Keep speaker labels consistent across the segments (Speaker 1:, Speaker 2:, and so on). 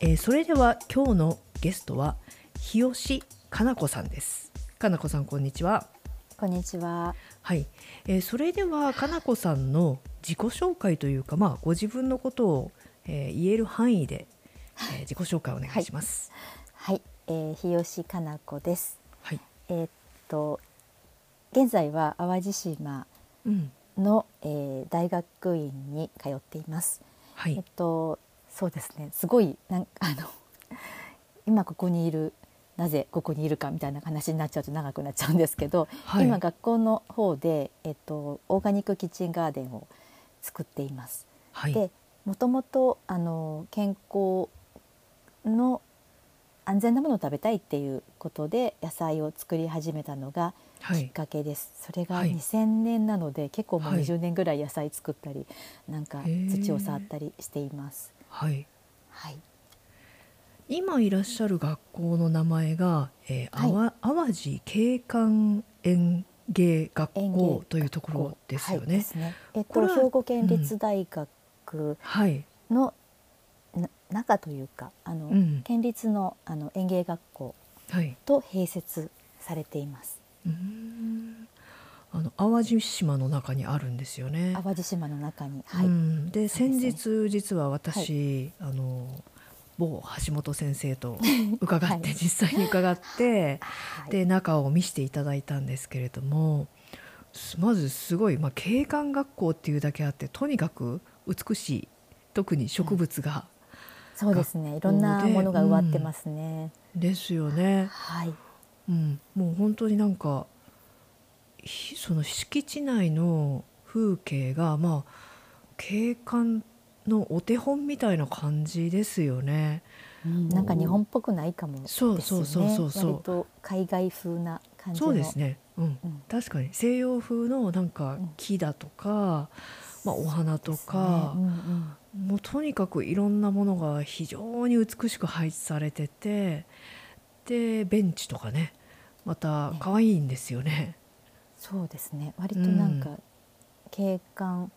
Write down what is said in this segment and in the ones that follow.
Speaker 1: えーそれでは今日のゲストは日吉かな子さんですかな子さんこんにちは
Speaker 2: こんにちは。
Speaker 1: はい、えーそれではかなこさんの自己紹介というかまあご自分のことを、えー言える範囲で、えー自己紹介お願いします
Speaker 2: はい、えー、日吉かな子です。
Speaker 1: はい、
Speaker 2: えーっと現在は淡路島
Speaker 1: うん
Speaker 2: の、えー大学院に通っています。
Speaker 1: は
Speaker 2: えっ
Speaker 1: い
Speaker 2: とそうですね。すごいなんあの今ここにいる。なぜここにいるかみたいな話になっちゃうと長くなっちゃうんですけど、
Speaker 1: はい
Speaker 2: 今学校の方で、えっと、オーガニックキッチンガーデンを作っています。
Speaker 1: はい
Speaker 2: でもともとあの健康の安全なものを食べたいっていうことで野菜を作り始めたのが
Speaker 1: は
Speaker 2: きっ
Speaker 1: い
Speaker 2: かけです、それが
Speaker 1: はい
Speaker 2: 2000年なので結構もう
Speaker 1: はい
Speaker 2: 20年ぐらい野菜作ったり、なん
Speaker 1: へ
Speaker 2: か
Speaker 1: ー
Speaker 2: 土を触ったりしています。
Speaker 1: はい
Speaker 2: はい、
Speaker 1: 今いらっしゃる学校の名前が、えーあわ淡路景観園芸学
Speaker 2: 園芸
Speaker 1: 校
Speaker 2: 学校
Speaker 1: というところですよ
Speaker 2: はいで
Speaker 1: ね。
Speaker 2: すねえっ
Speaker 1: ことれは
Speaker 2: 兵庫県立大学
Speaker 1: はい、
Speaker 2: の、な中というかあの、
Speaker 1: うん
Speaker 2: 県立のあの園芸学校
Speaker 1: はい、
Speaker 2: と併設されています。
Speaker 1: うーんあの淡路島の中にあるんですよね。
Speaker 2: 淡路島の中に、はい
Speaker 1: うん、で
Speaker 2: そう
Speaker 1: 先
Speaker 2: ですね
Speaker 1: 日実は私、あの某橋本先生と伺って、
Speaker 2: はい
Speaker 1: 実際に伺って、
Speaker 2: はい
Speaker 1: で中を見せていただいたんですけれどもすまずすごい、まあ、景観学校っていうだけあってとにかく美しい特に植物が、
Speaker 2: そうですね。い
Speaker 1: 校
Speaker 2: ろ
Speaker 1: で
Speaker 2: んなものが植わってますね。
Speaker 1: ですよね、
Speaker 2: はい。
Speaker 1: うん、もう本当になんかひその敷地内の風景がまあ景観のお手本みたいな感じですよね。
Speaker 2: なんか日本っぽくないかもですよ
Speaker 1: そう
Speaker 2: ね。
Speaker 1: そうそうそうそう
Speaker 2: 割と海外風な感じの。
Speaker 1: そうですね、うん、
Speaker 2: うん。
Speaker 1: 確かに西洋風のなんか
Speaker 2: うん
Speaker 1: 木だとか、まあ、お花と
Speaker 2: ですねう
Speaker 1: か、
Speaker 2: んうん
Speaker 1: もうとにかくいろんなものが非常に美しく配置されててでベンチとかねまた
Speaker 2: ね
Speaker 1: 可愛いんですよね。
Speaker 2: そうですね。割となんか景観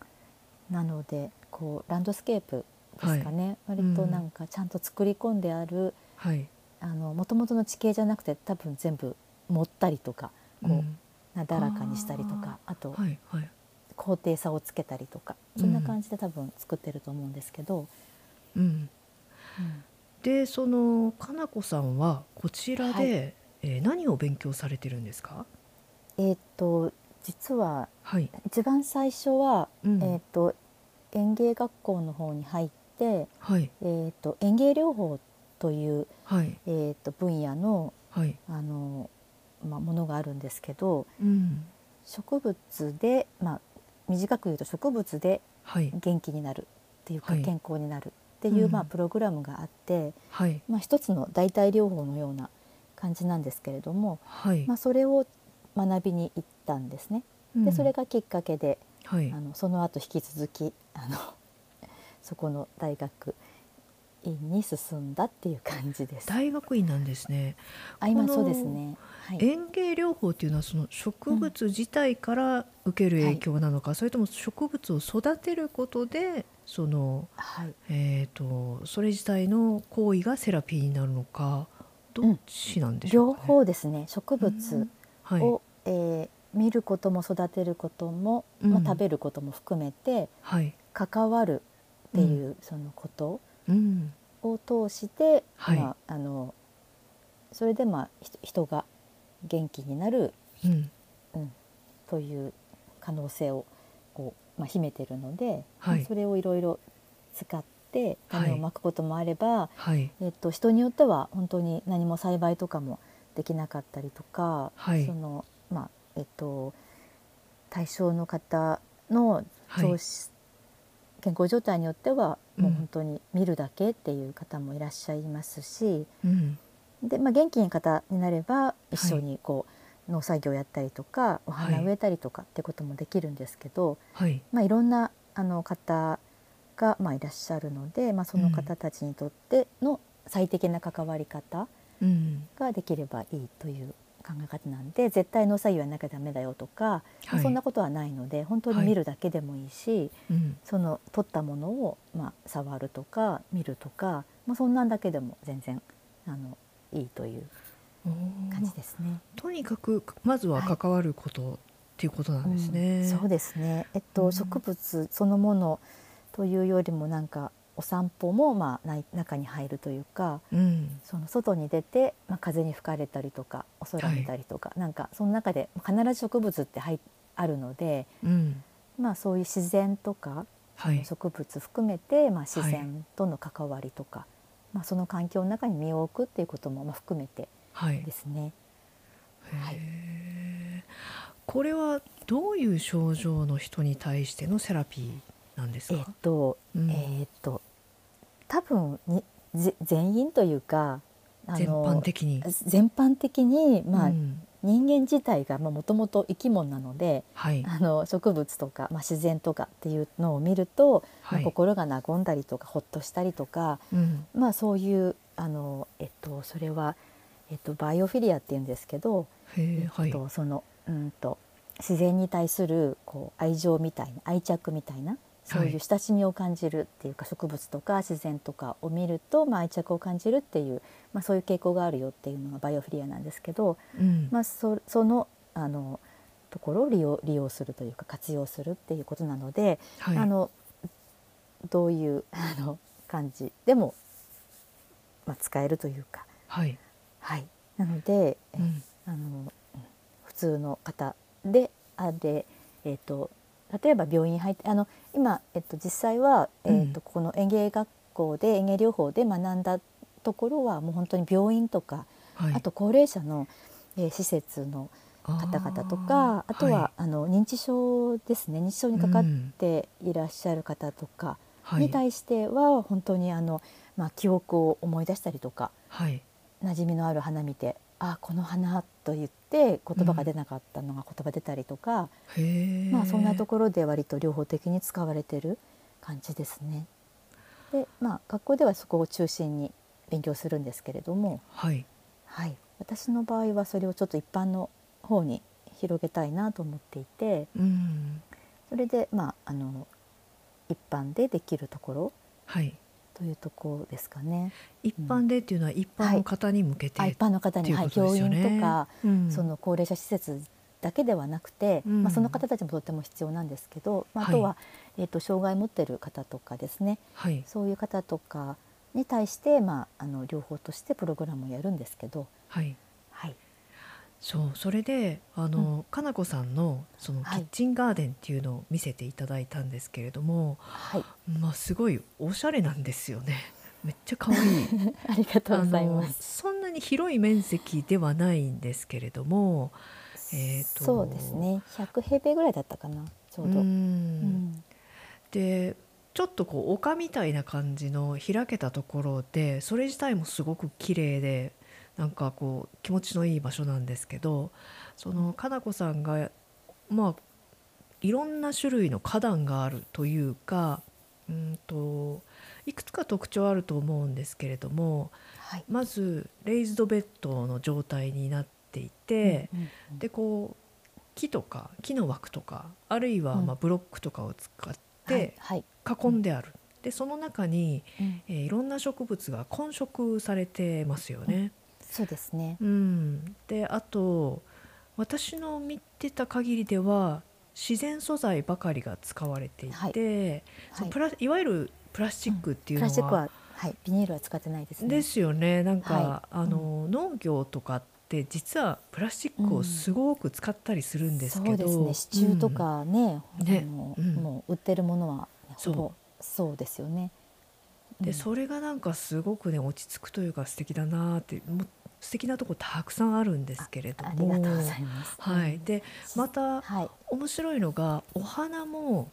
Speaker 2: なので、こうランドスケープですかね。割となんかちゃんと作り込んである、
Speaker 1: はい、
Speaker 2: あの元々の地形じゃなくて、多分全部盛ったりとか、こう、
Speaker 1: うん
Speaker 2: なだらかにしたりとか、あと
Speaker 1: はいはい
Speaker 2: 高低差をつけたりとかそんな感じで多分作ってると思うんですけど、
Speaker 1: うん、
Speaker 2: うん
Speaker 1: でそのかなこさんはこちらで、えー何を勉強されてるんですか
Speaker 2: えっ、と実は
Speaker 1: はい、
Speaker 2: 一番最初は、
Speaker 1: うん
Speaker 2: えっ、と園芸学校の方に入って、
Speaker 1: はい
Speaker 2: えっ、と園芸療法という
Speaker 1: はい
Speaker 2: えっ、と分野の
Speaker 1: はい、
Speaker 2: あのまあものがあるんですけど、
Speaker 1: うん
Speaker 2: 植物でまあ短く言うと植物で
Speaker 1: はい
Speaker 2: 元気になるっていうか、
Speaker 1: はい
Speaker 2: 健康になるっていう、
Speaker 1: うん
Speaker 2: まあプログラムがあって。
Speaker 1: はい
Speaker 2: まあ、一つの代替療法のような感じなんですけれども、
Speaker 1: はい、
Speaker 2: まあ、それを学びに行ったんですね。
Speaker 1: う
Speaker 2: で
Speaker 1: ん
Speaker 2: それがきっかけで、
Speaker 1: はい
Speaker 2: あのその後引き続きあの そこの大学院に進んだっていう感じです。
Speaker 1: 大学院なんですね。
Speaker 2: あ今
Speaker 1: この
Speaker 2: そうですね。はい、
Speaker 1: 園芸療法っていうのはその植物自体から受ける影響なのか、それとも植物を育てることでその
Speaker 2: はい、
Speaker 1: えっ、とそれ自体の行為がセラピーになるのかどっちなんでしょ
Speaker 2: 両
Speaker 1: うか、ね
Speaker 2: 方ですね。植物
Speaker 1: はい
Speaker 2: を、えー見ることも育てることも、
Speaker 1: う
Speaker 2: まあ、
Speaker 1: ん
Speaker 2: 食べることも含めて
Speaker 1: はい、
Speaker 2: 関わるっていうそのこと、
Speaker 1: うん、
Speaker 2: を通して、
Speaker 1: はい
Speaker 2: まあ、あのそれで、まあ、ひ人が元気になる、
Speaker 1: うん、
Speaker 2: うん、という可能性をこう、まあ、秘めてるので、
Speaker 1: はい
Speaker 2: まあそれをいろいろ使って
Speaker 1: はい
Speaker 2: 種をまくこともあれば、
Speaker 1: はい
Speaker 2: えっと、人によっては本当に何も栽培とかもできなかったりとか、
Speaker 1: はい
Speaker 2: そのまあえっと、対象の方の
Speaker 1: はい
Speaker 2: 調子健康状態によっては
Speaker 1: うん
Speaker 2: もう本当に見るだけっていう方もいらっしゃいますし、
Speaker 1: うん、
Speaker 2: でまあ、元気な方になれば一緒にこう、農作業やったりとかお花
Speaker 1: はい
Speaker 2: 植えたりとかってこともできるんですけど、
Speaker 1: はい、
Speaker 2: いまあ、いろんなあの方が、まあ、いらっしゃるので、まあ、その方たちにとっての最適な関わり方
Speaker 1: うん、
Speaker 2: ができればいいという考え方なんで絶対農作業やんなきゃダメだよとか、まあ
Speaker 1: はい
Speaker 2: そんなことはないので本当に
Speaker 1: はい
Speaker 2: 見るだけでもいいし。
Speaker 1: うん、
Speaker 2: その取ったものを、まあ、触るとか見るとか、まあ、そんなんだけでも全然あのいいという
Speaker 1: お
Speaker 2: 感
Speaker 1: ー
Speaker 2: じですね。
Speaker 1: とにかくまずは
Speaker 2: はい
Speaker 1: 関わること、っていうことなんですね。
Speaker 2: うんそうですね。えっと、
Speaker 1: うん
Speaker 2: 植物そのものというよりもなんかお散歩もまあない中に入るというか、
Speaker 1: うん
Speaker 2: その外に出てまあ風に吹かれたりとかお空見たりとか、なんかその中で必ず植物って入あるので、
Speaker 1: うん
Speaker 2: まあそういう自然とか
Speaker 1: はい
Speaker 2: 植物含めてまあ自
Speaker 1: は
Speaker 2: 然との関わりとか、まあその環境の中に身を置くっていうこともまあ含めて
Speaker 1: はい
Speaker 2: ですね。はい
Speaker 1: へーこれはどういう症状の人に対してのセラピーなんです
Speaker 2: えっ
Speaker 1: か、
Speaker 2: と
Speaker 1: うん
Speaker 2: えーっと多分にぜ全員というかあ
Speaker 1: 全般
Speaker 2: の
Speaker 1: 的に。
Speaker 2: 全般的に、まあ
Speaker 1: うん
Speaker 2: 人間自体がもともと生き物なので
Speaker 1: はい
Speaker 2: あの植物とか、まあ、自然とかっていうのを見ると、
Speaker 1: は
Speaker 2: まあ
Speaker 1: い、
Speaker 2: 心が和んだりとかほっとしたりとか、
Speaker 1: うん
Speaker 2: まあ、そういうあの、えっと、それは、えっと、バイオフィリアっていうんですけど、
Speaker 1: へーはい
Speaker 2: えっと、そのうんと自然に対するこう愛情みたいな愛着みたいなそう
Speaker 1: はいいう
Speaker 2: 親しみを感じるっていうか、植物とか自然とかを見ると、まあ、愛着を感じるっていう、まあ、そういう傾向があるよっていうのがバイオフィリアなんですけど、
Speaker 1: うん
Speaker 2: まあ、そそのあのところを利用利用するというか活用するっていうことなので、
Speaker 1: はい
Speaker 2: あのどういうあの感じでも、まあ、使えるというか、
Speaker 1: はい
Speaker 2: はい、なので、えっと
Speaker 1: うん
Speaker 2: あのうん普通の方であで、えっと例えば病院入ってあの今、えっと実際は、
Speaker 1: うん
Speaker 2: えっとここの園芸学校で園芸療法で学んだところはもう本当に病院とか、
Speaker 1: はい、
Speaker 2: あと高齢者の、えー施設の方々とかあ
Speaker 1: ー
Speaker 2: とは、あの認知症ですね認知症にかかっ
Speaker 1: うん
Speaker 2: ていらっしゃる方とか
Speaker 1: はい
Speaker 2: に対しては本当にあの、まあ、記憶を思い出したりとか
Speaker 1: はい
Speaker 2: 馴染みのある花見て「あこの花」と言って言葉が出なかったのが言葉出たりとか、
Speaker 1: へー
Speaker 2: まあそんなところで割と両方的に使われてる感じですね。でまあ学校ではそこを中心に勉強するんですけれども、
Speaker 1: はい
Speaker 2: はい、私の場合はそれをちょっと一般の方に広げたいなと思っていて
Speaker 1: うん
Speaker 2: それでまああの一般でできるところ
Speaker 1: はい
Speaker 2: というところですかね。
Speaker 1: 一般でっていうのは一般の方に向けて、
Speaker 2: あ一般の方に、はい、
Speaker 1: ということ
Speaker 2: 教
Speaker 1: ですよ
Speaker 2: 員
Speaker 1: ね
Speaker 2: とか
Speaker 1: うん
Speaker 2: その高齢者施設だけではなくて、
Speaker 1: うん
Speaker 2: まあ、その方たちもとても必要なんですけど、まあ、
Speaker 1: は
Speaker 2: あ
Speaker 1: い
Speaker 2: とは、えー、と障害持ってる方とかですね
Speaker 1: はい
Speaker 2: そういう方とかに対して、まあ、あの両方としてプログラムをやるんですけど、
Speaker 1: はい
Speaker 2: はい
Speaker 1: そうそれであの、かなこさんのそのキ
Speaker 2: はい
Speaker 1: ッチンガーデンっていうのを見せていただいたんですけれども、
Speaker 2: はい、
Speaker 1: まあすごいおしゃれなんですよね。めっちゃ可愛い。
Speaker 2: ありがと うございます。
Speaker 1: そんなに広い面積ではないんですけれども、えーと
Speaker 2: そうですね100平米ぐらいだったかなちょうど。
Speaker 1: う
Speaker 2: うんん
Speaker 1: でちょっとこう丘みたいな感じの開けたところでそれ自体もすごく綺麗でなんかこう気持ちのいい場所なんですけどそのかなこさんがまあいろんな種類の花壇があるというかうんといくつか特徴あると思うんですけれども
Speaker 2: はい
Speaker 1: まずレイズドベッドの状態になっていて、
Speaker 2: うんうんうん
Speaker 1: でこう木とか木の枠とかあるいはまあ
Speaker 2: う
Speaker 1: ブロックとかを使っ
Speaker 2: はい
Speaker 1: て
Speaker 2: はい
Speaker 1: 囲んである、でその中に、
Speaker 2: うん
Speaker 1: えーいろんな植物が混植されてますよね。
Speaker 2: そうですね、
Speaker 1: うん、であと私の見てた限りでは自然素材ばかりが使われていて、
Speaker 2: はい
Speaker 1: そ
Speaker 2: は
Speaker 1: の
Speaker 2: い、
Speaker 1: プラいわゆるプラスチックっていう
Speaker 2: プ
Speaker 1: の
Speaker 2: ラスチック
Speaker 1: は
Speaker 2: は、はい、ビニールは使ってないですね。
Speaker 1: ですよねなんか、
Speaker 2: は
Speaker 1: あの農業とかって実はプラスチックをすごく使ったりするんですけど、
Speaker 2: そうですね支柱とかね,、
Speaker 1: ね
Speaker 2: あの
Speaker 1: うん
Speaker 2: もう売ってるものは
Speaker 1: そ
Speaker 2: ほ
Speaker 1: う
Speaker 2: ぼそうですよね。
Speaker 1: うん、で
Speaker 2: うん
Speaker 1: それがなんかすごくね落ち着くというか素敵だなーってもう素敵なとこたくさんあるんですけれども
Speaker 2: ありがとうございます。
Speaker 1: はい、でまた
Speaker 2: はい
Speaker 1: 面白いのがお花も、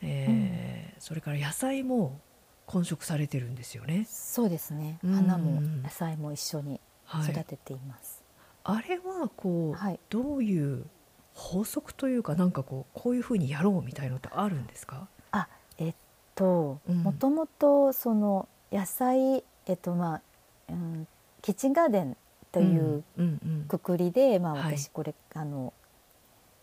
Speaker 1: えーそれから野菜も混植されてるんですよね。
Speaker 2: そうですね、
Speaker 1: うん
Speaker 2: 花も野菜も一緒に
Speaker 1: は
Speaker 2: 育
Speaker 1: い、
Speaker 2: てています。
Speaker 1: あれはこう、
Speaker 2: はい
Speaker 1: どういう法則というかなんかこうこういうふうにやろうみたいのってあるんですか、
Speaker 2: えっと
Speaker 1: うん
Speaker 2: もともとその野菜えっとまあ、うん、キッチンガーデンという
Speaker 1: うんうんうん
Speaker 2: くくりで、まあ
Speaker 1: はい
Speaker 2: 私これ、あの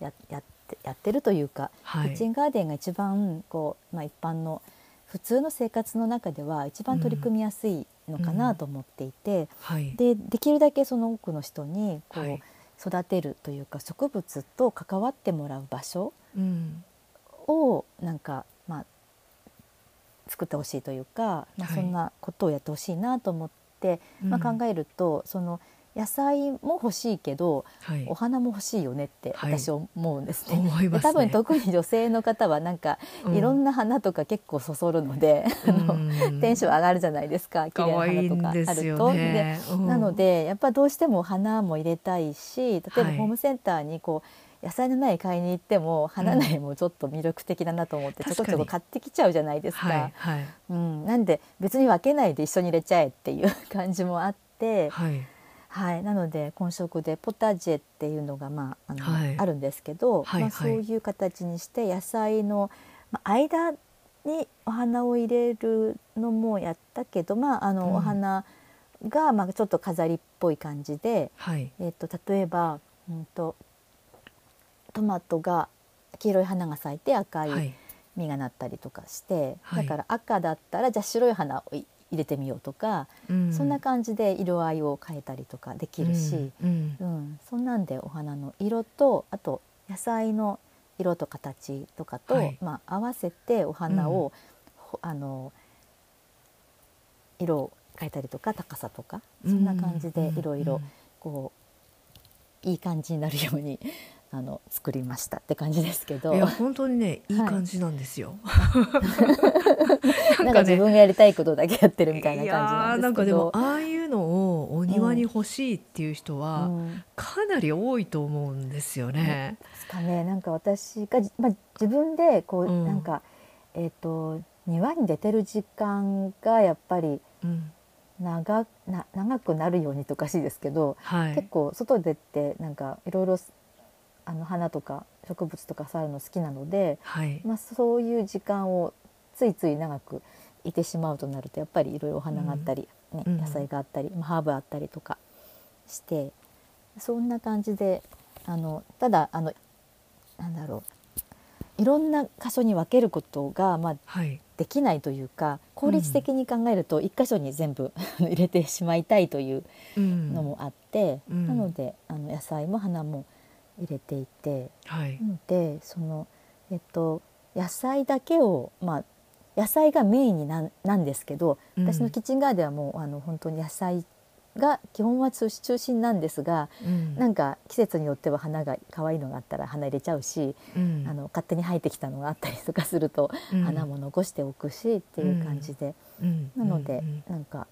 Speaker 2: ややってやってるというか、
Speaker 1: は
Speaker 2: キッチ
Speaker 1: い
Speaker 2: ンガーデンが一番こう、まあ、一般の普通の生活の中では一番取り組みやすいのかなと思っていて、
Speaker 1: はい
Speaker 2: でできるだけその多くの人にこ
Speaker 1: は
Speaker 2: う
Speaker 1: い
Speaker 2: 育てるというか植物と関わってもらう場所
Speaker 1: うん
Speaker 2: をなんかまあ作ってほしいというか、まあ、
Speaker 1: はい
Speaker 2: そんなことをやってほしいなと思って、まあ、
Speaker 1: うん
Speaker 2: 考えるとその野菜も欲しいけど
Speaker 1: はい
Speaker 2: お花も欲しいよねって
Speaker 1: はい
Speaker 2: 私思うんですね。
Speaker 1: 思い
Speaker 2: で
Speaker 1: ますね
Speaker 2: 多分特に女性の方はなんかいろんな花とか結構そそるので、あのテンション上がるじゃないですか綺
Speaker 1: 可愛
Speaker 2: 麗
Speaker 1: い
Speaker 2: なん花と
Speaker 1: で
Speaker 2: かある
Speaker 1: すよ
Speaker 2: と。で
Speaker 1: ね。うん
Speaker 2: なのでやっぱどうしても花も入れたいし例えば
Speaker 1: はい
Speaker 2: ホームセンターにこう野菜の苗買いに行っても花苗もちょっと魅力的だなと思ってちょ
Speaker 1: 確か
Speaker 2: こ
Speaker 1: に
Speaker 2: ちょこ買ってきちゃうじゃないですか。
Speaker 1: はいはい
Speaker 2: うん、なんで別に分けないで一緒に入れちゃえっていう 感じもあって、
Speaker 1: はい
Speaker 2: はい、なので混色でポタジェっていうのが、まああの
Speaker 1: はい
Speaker 2: あるんですけど、
Speaker 1: はい
Speaker 2: まあ、そ
Speaker 1: は
Speaker 2: う
Speaker 1: い
Speaker 2: いう形にして野菜の、まあ、間にお花を入れるのもやったけど、まああの
Speaker 1: うん
Speaker 2: お花が、まあ、ちょっと飾りっぽい感じで、
Speaker 1: はい
Speaker 2: えっと例えば、うん、とトマトが黄色い花が咲いて赤い
Speaker 1: はい
Speaker 2: 実がなったりとかして、
Speaker 1: はい
Speaker 2: だから赤だったらじゃあ白い花をい入れてみようとか、そんな感じで色合いを変えたりとかできるし、
Speaker 1: うんうん
Speaker 2: うんそんなんでお花の色とあと野菜の色と形とかと、
Speaker 1: はい
Speaker 2: まあ、合わせてお花を、ほあの色を変えたりとか高さとかそんな感じでいろいろこういい感じになるように あの作りましたって感じですけど
Speaker 1: いや本当にねいい
Speaker 2: はい
Speaker 1: 感じなんです よ。
Speaker 2: なんか自分がやりたいことだけやってるみたいな感
Speaker 1: いやー
Speaker 2: じ
Speaker 1: な
Speaker 2: なんんで
Speaker 1: か
Speaker 2: すけ
Speaker 1: でも
Speaker 2: ど。
Speaker 1: ああいうのをお庭に欲しいっていう人
Speaker 2: う
Speaker 1: は
Speaker 2: ん
Speaker 1: かなり多いと思うんですよね。
Speaker 2: ですかねなんか私が、まあ、自分でこう、
Speaker 1: うん
Speaker 2: なんか、えっと庭に出てる時間がやっぱり
Speaker 1: うん
Speaker 2: 長な長くなるようにとおかしいですけど、
Speaker 1: は
Speaker 2: 結
Speaker 1: い
Speaker 2: 構外出てなんかいろいろあの花とか植物とか触るの好きなので、
Speaker 1: はい
Speaker 2: まあ、そういう時間をついつい長くいてしまうとなるとやっぱりいろいろお花があったり、ね
Speaker 1: うん
Speaker 2: 野菜があったり、まあハーブあったりとかしてそんな感じであのただあのなんだろういろんな箇所に分けることが、まあ、
Speaker 1: はい
Speaker 2: できないというか効率的に考えると一箇所に全部 あの入れてしまいたいという
Speaker 1: うん
Speaker 2: のもあって、
Speaker 1: うん
Speaker 2: なのであの野菜も花も入れていて。
Speaker 1: はい
Speaker 2: なのでそのえっと野菜だけをまあ野菜がメインになんなんですけど
Speaker 1: うん
Speaker 2: 私のキッチンガーデンはもうあの本当に野菜が基本は中中心なんですが
Speaker 1: うん
Speaker 2: なんか季節によっては花が可愛いのがあったら花入れちゃうし、
Speaker 1: うん
Speaker 2: あの勝手に生えてきたのがあったりとかすると、
Speaker 1: うん
Speaker 2: 花も残しておくしっていう感じで、
Speaker 1: うん
Speaker 2: なので、
Speaker 1: うん
Speaker 2: なんか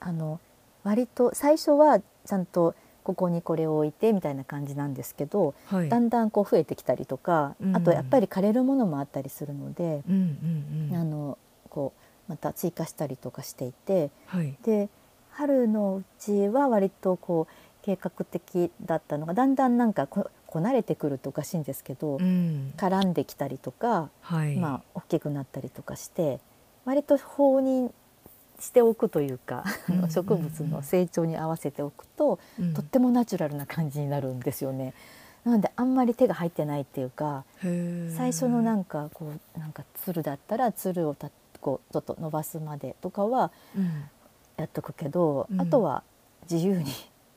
Speaker 2: あの割と最初はちゃんとここにこれを置いてみたいな感じなんですけど、
Speaker 1: はい
Speaker 2: だんだんこう増えてきたりとか、
Speaker 1: うん
Speaker 2: あとやっぱり枯れるものもあったりするので、
Speaker 1: うんうんう
Speaker 2: あ
Speaker 1: ん
Speaker 2: のこうまた追加したりとかしていて
Speaker 1: はい
Speaker 2: で春のうちは割とこう計画的だったのがだんだんなんかここなれてくるとおかしいんですけど、
Speaker 1: うん
Speaker 2: 絡んできたりとか、
Speaker 1: はい
Speaker 2: まあ、大きくなったりとかして割と放任しておくというか、あ
Speaker 1: うん
Speaker 2: の植物の成長に合わせておくと、
Speaker 1: うん
Speaker 2: とってもナチュラルな感じになるんですよね。なのであんまり手が入ってないっていうか
Speaker 1: へー
Speaker 2: 最初のなんかこうなんかつるだったらつるをたこうちょっと伸ばすまでとかは
Speaker 1: うん
Speaker 2: やっとくけど、
Speaker 1: うん
Speaker 2: あとは自由に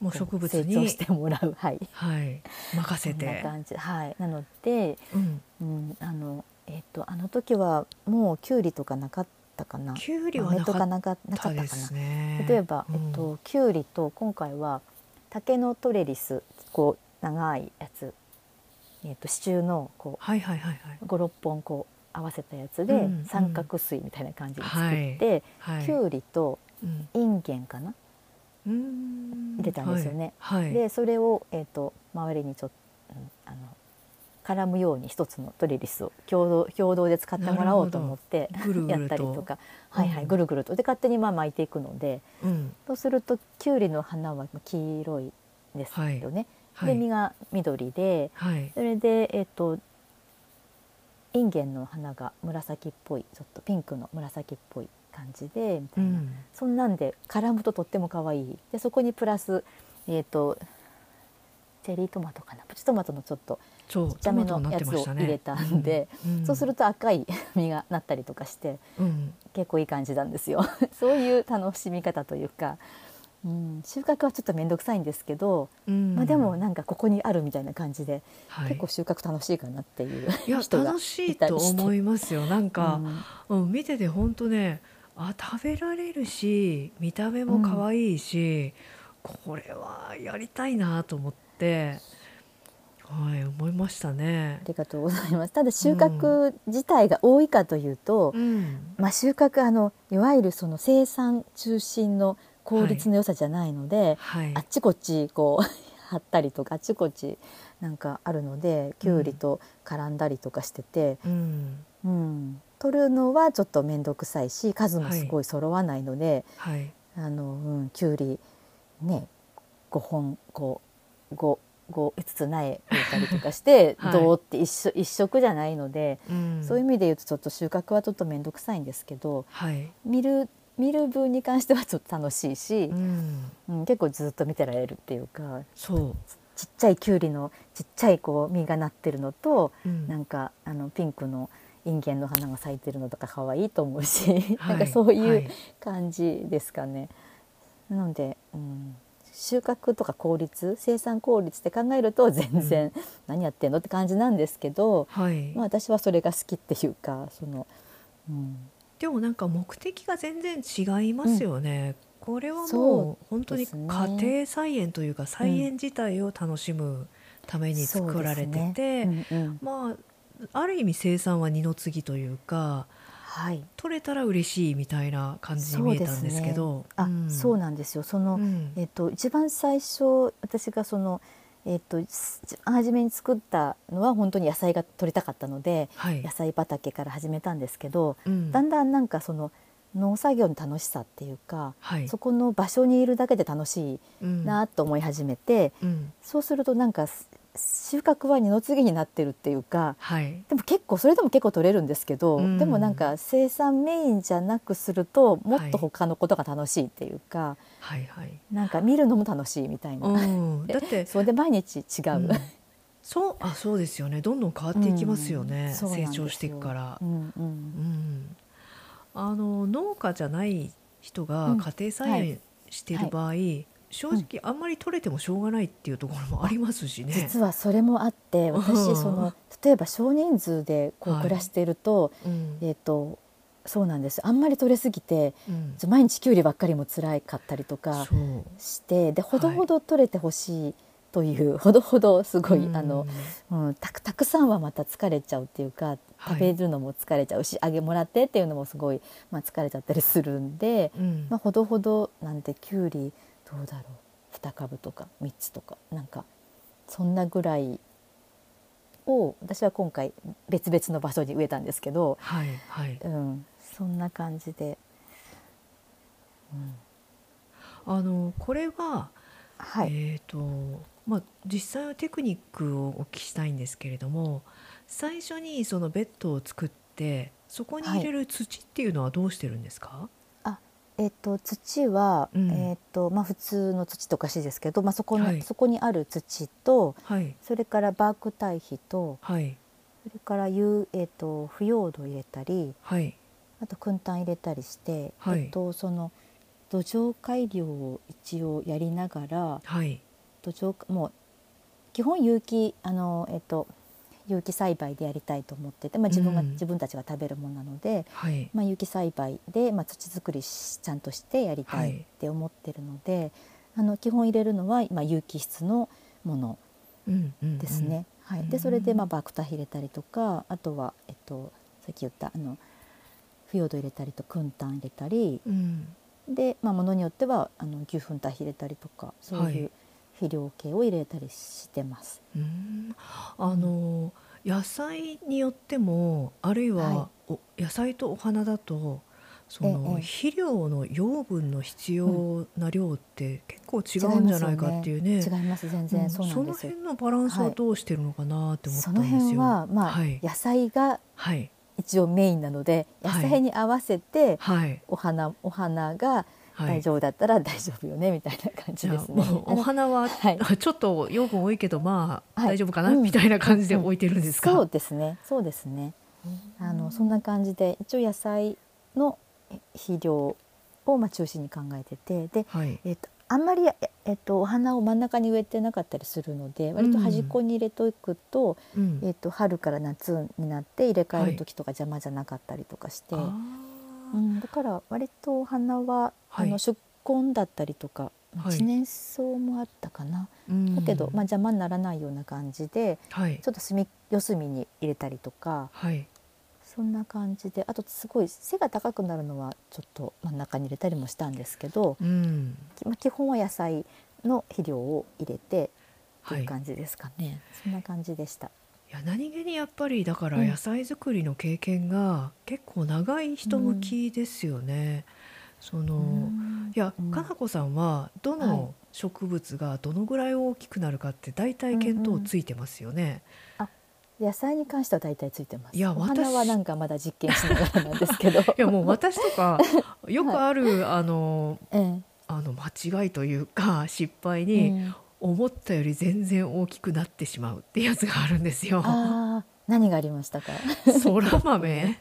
Speaker 1: もう植物
Speaker 2: 成長し
Speaker 1: に
Speaker 2: てもらうはい
Speaker 1: はい任 せ
Speaker 2: そんな
Speaker 1: て
Speaker 2: 感じはいなので、
Speaker 1: うん
Speaker 2: うん、あのえっ、とあの時はもうきゅうりとかなかったかな
Speaker 1: キュウリは
Speaker 2: 豆
Speaker 1: な
Speaker 2: と
Speaker 1: か
Speaker 2: か
Speaker 1: っ
Speaker 2: なかなか
Speaker 1: た
Speaker 2: った
Speaker 1: で
Speaker 2: かな
Speaker 1: す。ね
Speaker 2: 例えば、
Speaker 1: うん
Speaker 2: えっと、きゅうりと今回は竹のトレリスこう長いやつ、えっと、支柱のこ
Speaker 1: はいはいはいはいう
Speaker 2: 56本こう合わせたやつ
Speaker 1: う
Speaker 2: で
Speaker 1: ん
Speaker 2: 三角錐みたいな感じで作っ
Speaker 1: はい
Speaker 2: て、
Speaker 1: はい
Speaker 2: きゅうりと
Speaker 1: うん
Speaker 2: インゲンかな、
Speaker 1: うーん
Speaker 2: 入れたんですよね
Speaker 1: はいはい
Speaker 2: でそれを、えっと、周りにちょっと、うんあの絡むように一つのトレリスを共同共同で使ってもらおうと思って
Speaker 1: ぐるぐ
Speaker 2: や
Speaker 1: ると
Speaker 2: ったりとか、はいは
Speaker 1: う
Speaker 2: い、
Speaker 1: ん
Speaker 2: ぐるぐるとで勝手にまあ巻いていくので。
Speaker 1: うん
Speaker 2: そうするときゅうりの花は黄色いですよね、
Speaker 1: は
Speaker 2: で実
Speaker 1: い
Speaker 2: が緑で
Speaker 1: はい
Speaker 2: それでえっ、とインゲンの花が紫っぽいちょっとピンクの紫っぽい感じでみた
Speaker 1: う
Speaker 2: いな、
Speaker 1: ん
Speaker 2: そんなんで絡むととっても可愛いでそこにプラスえっ、とチェリートマトかなプチトマトのちょっと
Speaker 1: そう
Speaker 2: ちっちゃめのやつを入れたんで、そうする
Speaker 1: と、
Speaker 2: と赤い 実がなったりとかして
Speaker 1: うん
Speaker 2: 結構いい感じなんですよ そういう楽しみ方というか、うん、収穫はちょっと面倒くさいんですけど、
Speaker 1: うん
Speaker 2: まあ、でもなんかここにあるみたいな感じで、
Speaker 1: はい
Speaker 2: 結構収穫楽しいかなっていう
Speaker 1: いや
Speaker 2: 人が
Speaker 1: 楽しいと思いますよなんか、うん見てて本当ねあ食べられるし見た目も可愛いし、これはやりたいなと思ってはい思いましたね
Speaker 2: あ。りがとうございます。ただ収穫自体が多いかというと、
Speaker 1: うん、
Speaker 2: まあ収穫あのいわゆるその生産中心の効率の良さじゃないので、
Speaker 1: はい
Speaker 2: あっちこっちこう貼ったりとかあっちこっちなんかあるのできゅうりと絡んだりとかしてて、
Speaker 1: うん
Speaker 2: うん、取るのはちょっと面倒くさいし数もすごい揃わないので、
Speaker 1: はい、
Speaker 2: あのうんきゅうりね5本こう5。5 5つ苗植えたりとかして
Speaker 1: はい
Speaker 2: どうって一緒一色じゃないので、
Speaker 1: うん、
Speaker 2: そういう意味で言うとちょっと収穫はちょっと面倒くさいんですけど
Speaker 1: はい、
Speaker 2: 見る見る分に関してはちょっと楽しいし
Speaker 1: う、ん、
Speaker 2: うん結構ずっと見てられるっていうか
Speaker 1: そ
Speaker 2: ちっちゃいきゅうりのちっちゃいこう実がなってるのと、
Speaker 1: う、うん、
Speaker 2: なんかあのピンクのインゲンの花が咲いてるのとか可愛いと思うし、
Speaker 1: はい
Speaker 2: なんかそう
Speaker 1: は
Speaker 2: いう
Speaker 1: い
Speaker 2: 感じですかね。なので、うん、収穫とか効率生産効率って考えると全然、何やってんのって感じなんですけど、
Speaker 1: はい
Speaker 2: まあ、私はそれが好きっていうかその、うん、
Speaker 1: でもなんか目的が全然違いますよね。これはも
Speaker 2: そう
Speaker 1: 本当に
Speaker 2: ですね
Speaker 1: 家庭菜園というか菜園自体を楽しむために作られて
Speaker 2: そうで
Speaker 1: て、
Speaker 2: すねうんうん
Speaker 1: まあある意味生産は二の次というか
Speaker 2: はい
Speaker 1: 取れたら嬉しいみたいな感じに見えたんですけど、
Speaker 2: あ、
Speaker 1: ん
Speaker 2: そうなんですよその、
Speaker 1: うん
Speaker 2: えっと、一番最初私がその、えっと、す初めに作ったのは本当に野菜が取りたかったので
Speaker 1: はい
Speaker 2: 野、菜畑から始めたんですけど
Speaker 1: うん
Speaker 2: だんだんなんかその農作業の楽しさっていうか、
Speaker 1: はい
Speaker 2: そこの場所にいるだけで楽しいなと思い始めて、
Speaker 1: うんうん
Speaker 2: そうするとなんかす収穫は二の次になってるっていうか、
Speaker 1: はい
Speaker 2: でも結構それでも結構取れるんですけど、
Speaker 1: うん
Speaker 2: でもなんか生産メインじゃなくするともっと
Speaker 1: はい
Speaker 2: 他のことが楽しいっていうか、
Speaker 1: はいはい、
Speaker 2: なんか見るのも楽しいみたいな、
Speaker 1: うん、だって
Speaker 2: それで毎日違う、
Speaker 1: うんそうあそうですよねどんどん変わっていきますよね、
Speaker 2: うんそうなん
Speaker 1: 成
Speaker 2: ですよ
Speaker 1: 長していくから
Speaker 2: う。んうん
Speaker 1: うん、あの農家じゃない人
Speaker 2: う
Speaker 1: が
Speaker 2: ん
Speaker 1: 家庭菜園している場合、正直あんまり取れてもしょうがないっていうところもありますしね。
Speaker 2: 実はそれもあって私
Speaker 1: うん
Speaker 2: その例えば少人数でこ
Speaker 1: は
Speaker 2: う
Speaker 1: い
Speaker 2: 暮らしていると、
Speaker 1: うん
Speaker 2: えっ、とそうなんですあんまり取れすぎて
Speaker 1: うん
Speaker 2: 毎日きゅうりばっかりも辛いかったりとか
Speaker 1: そう
Speaker 2: してでほどほど取れてほしいという、 ほどほどすごい、
Speaker 1: うん
Speaker 2: あのうん、たくたくさんはまた疲れちゃうっていうか
Speaker 1: はい
Speaker 2: 食べるのも疲れちゃうし、揚げもらってっていうのもすごい、まあ、疲れちゃったりするんで、
Speaker 1: うん
Speaker 2: まあ、ほどほどなんてきゅうりどうだろう2株とか3つとかなんかそんなぐらいを私は今回別々の場所に植えたんですけど、
Speaker 1: はいはい、
Speaker 2: うん、そんな感じで、うん
Speaker 1: あのこれは、
Speaker 2: はい
Speaker 1: えっ、とまあ実際のテクニックをお聞きしたいんですけれども最初にそのベッドを作ってそこに入れる土っていうのはどうしてるんですか、
Speaker 2: えっと土は、
Speaker 1: うん
Speaker 2: えっとまあ、普通の土とおかしいですけど、まあそこの
Speaker 1: はい
Speaker 2: そこにある土と、
Speaker 1: はい
Speaker 2: それからバーク堆肥と
Speaker 1: はい
Speaker 2: それから有、えー、と腐葉土入れたり
Speaker 1: はい
Speaker 2: あと燻炭入れたりして、
Speaker 1: はい
Speaker 2: えっとその土壌改良を一応やりながら
Speaker 1: はい
Speaker 2: 土壌もう基本有機あの、えっと有機栽培でやりたいと思ってて、まあ、自分が、
Speaker 1: うん
Speaker 2: 自分たちが食べるものなので、
Speaker 1: はい
Speaker 2: まあ、有機栽培で、まあ、土作りしちゃんとしてやりた
Speaker 1: はい
Speaker 2: いって思ってるので、あの基本入れるのは、まあ、有機質のもの
Speaker 1: うんうんうん
Speaker 2: ですね。は
Speaker 1: うん
Speaker 2: い、でそれでまあバクタ入れたりとかあとは、えっと、さっき言ったあの腐葉土入れたりと燻炭入れたり
Speaker 1: うん
Speaker 2: で、まあ、ものによってはあの牛糞堆肥入れたりとかそうい
Speaker 1: はいう
Speaker 2: 肥料系を入れたりしてます。
Speaker 1: うーんあの野菜によってもあるいは
Speaker 2: は
Speaker 1: お野菜とお花だとそ
Speaker 2: ええ
Speaker 1: の
Speaker 2: ええ
Speaker 1: 肥料の養分の必要な量って結構違
Speaker 2: 違い
Speaker 1: うん
Speaker 2: ま
Speaker 1: じゃ
Speaker 2: すよ
Speaker 1: ないかっていうね
Speaker 2: 違います全
Speaker 1: う
Speaker 2: 然
Speaker 1: ん
Speaker 2: そうなん
Speaker 1: そ
Speaker 2: で
Speaker 1: の
Speaker 2: すよ
Speaker 1: 辺。のバランスは
Speaker 2: はい
Speaker 1: どうしてるのかなって思った
Speaker 2: そ
Speaker 1: んで
Speaker 2: の
Speaker 1: すよ。
Speaker 2: 辺は、まあ
Speaker 1: はい
Speaker 2: 野菜が
Speaker 1: はい
Speaker 2: 一応メインなので
Speaker 1: は
Speaker 2: 野
Speaker 1: い
Speaker 2: 菜に合わせて
Speaker 1: はい
Speaker 2: お花,、お花が
Speaker 1: はい
Speaker 2: 大丈夫だったら大丈夫よねみたいな感
Speaker 1: じ
Speaker 2: じ
Speaker 1: ゃ
Speaker 2: で
Speaker 1: あ
Speaker 2: すね。
Speaker 1: もうお花は、
Speaker 2: はい
Speaker 1: あちょっと養分多いけどまあ
Speaker 2: はい
Speaker 1: 大丈夫かな、
Speaker 2: うん
Speaker 1: みたいな感じで置いてるんですか、
Speaker 2: そうですねそうですねあのそんな感じで一応野菜のえ肥料をまあ中心に考えててで、
Speaker 1: はい
Speaker 2: えっとあんまり、ええっと、お花を真ん中に植えてなかったりするので割と端っこに入れておくと,、
Speaker 1: うん
Speaker 2: えっと春から夏になって入れ替え
Speaker 1: はい
Speaker 2: る時とか邪魔じゃなかったりとかして、
Speaker 1: あ
Speaker 2: う
Speaker 1: ー
Speaker 2: ん、だから割とお花は、
Speaker 1: はい
Speaker 2: あの宿根だったりとか
Speaker 1: はい
Speaker 2: 一年草もあったかな、
Speaker 1: うん
Speaker 2: だけど、まあ、邪魔にならないような感じで
Speaker 1: はい
Speaker 2: ちょっと隅四隅に入れたりとか。
Speaker 1: はい
Speaker 2: そんな感じであとすごい背が高くなるのはちょっと真ん中に入れたりもしたんですけど、
Speaker 1: うん
Speaker 2: きまあ、基本は野菜の肥料を入れてと
Speaker 1: はいいう
Speaker 2: 感じですかね、そんな感じでした。
Speaker 1: いや何気にやっぱりだから
Speaker 2: うん
Speaker 1: 野菜作りの経験が結構長い人向きですよね。その、
Speaker 2: うん
Speaker 1: いや、
Speaker 2: うん
Speaker 1: かなこさんはど
Speaker 2: はい
Speaker 1: の植物がどのぐらい大きくなるかって大体見当ついてますよね。
Speaker 2: 野菜に関しては大体ついてます。
Speaker 1: いや
Speaker 2: お花は
Speaker 1: 私
Speaker 2: なんかまだ実験しながらなんです けど。
Speaker 1: いやもう私と かよくある、あの
Speaker 2: ええ
Speaker 1: あの間違いというか失敗
Speaker 2: う
Speaker 1: に
Speaker 2: ん
Speaker 1: 思ったより全然大きくなってしまうってやつがあるんですよ。
Speaker 2: ああ何があり ましたか。
Speaker 1: そら豆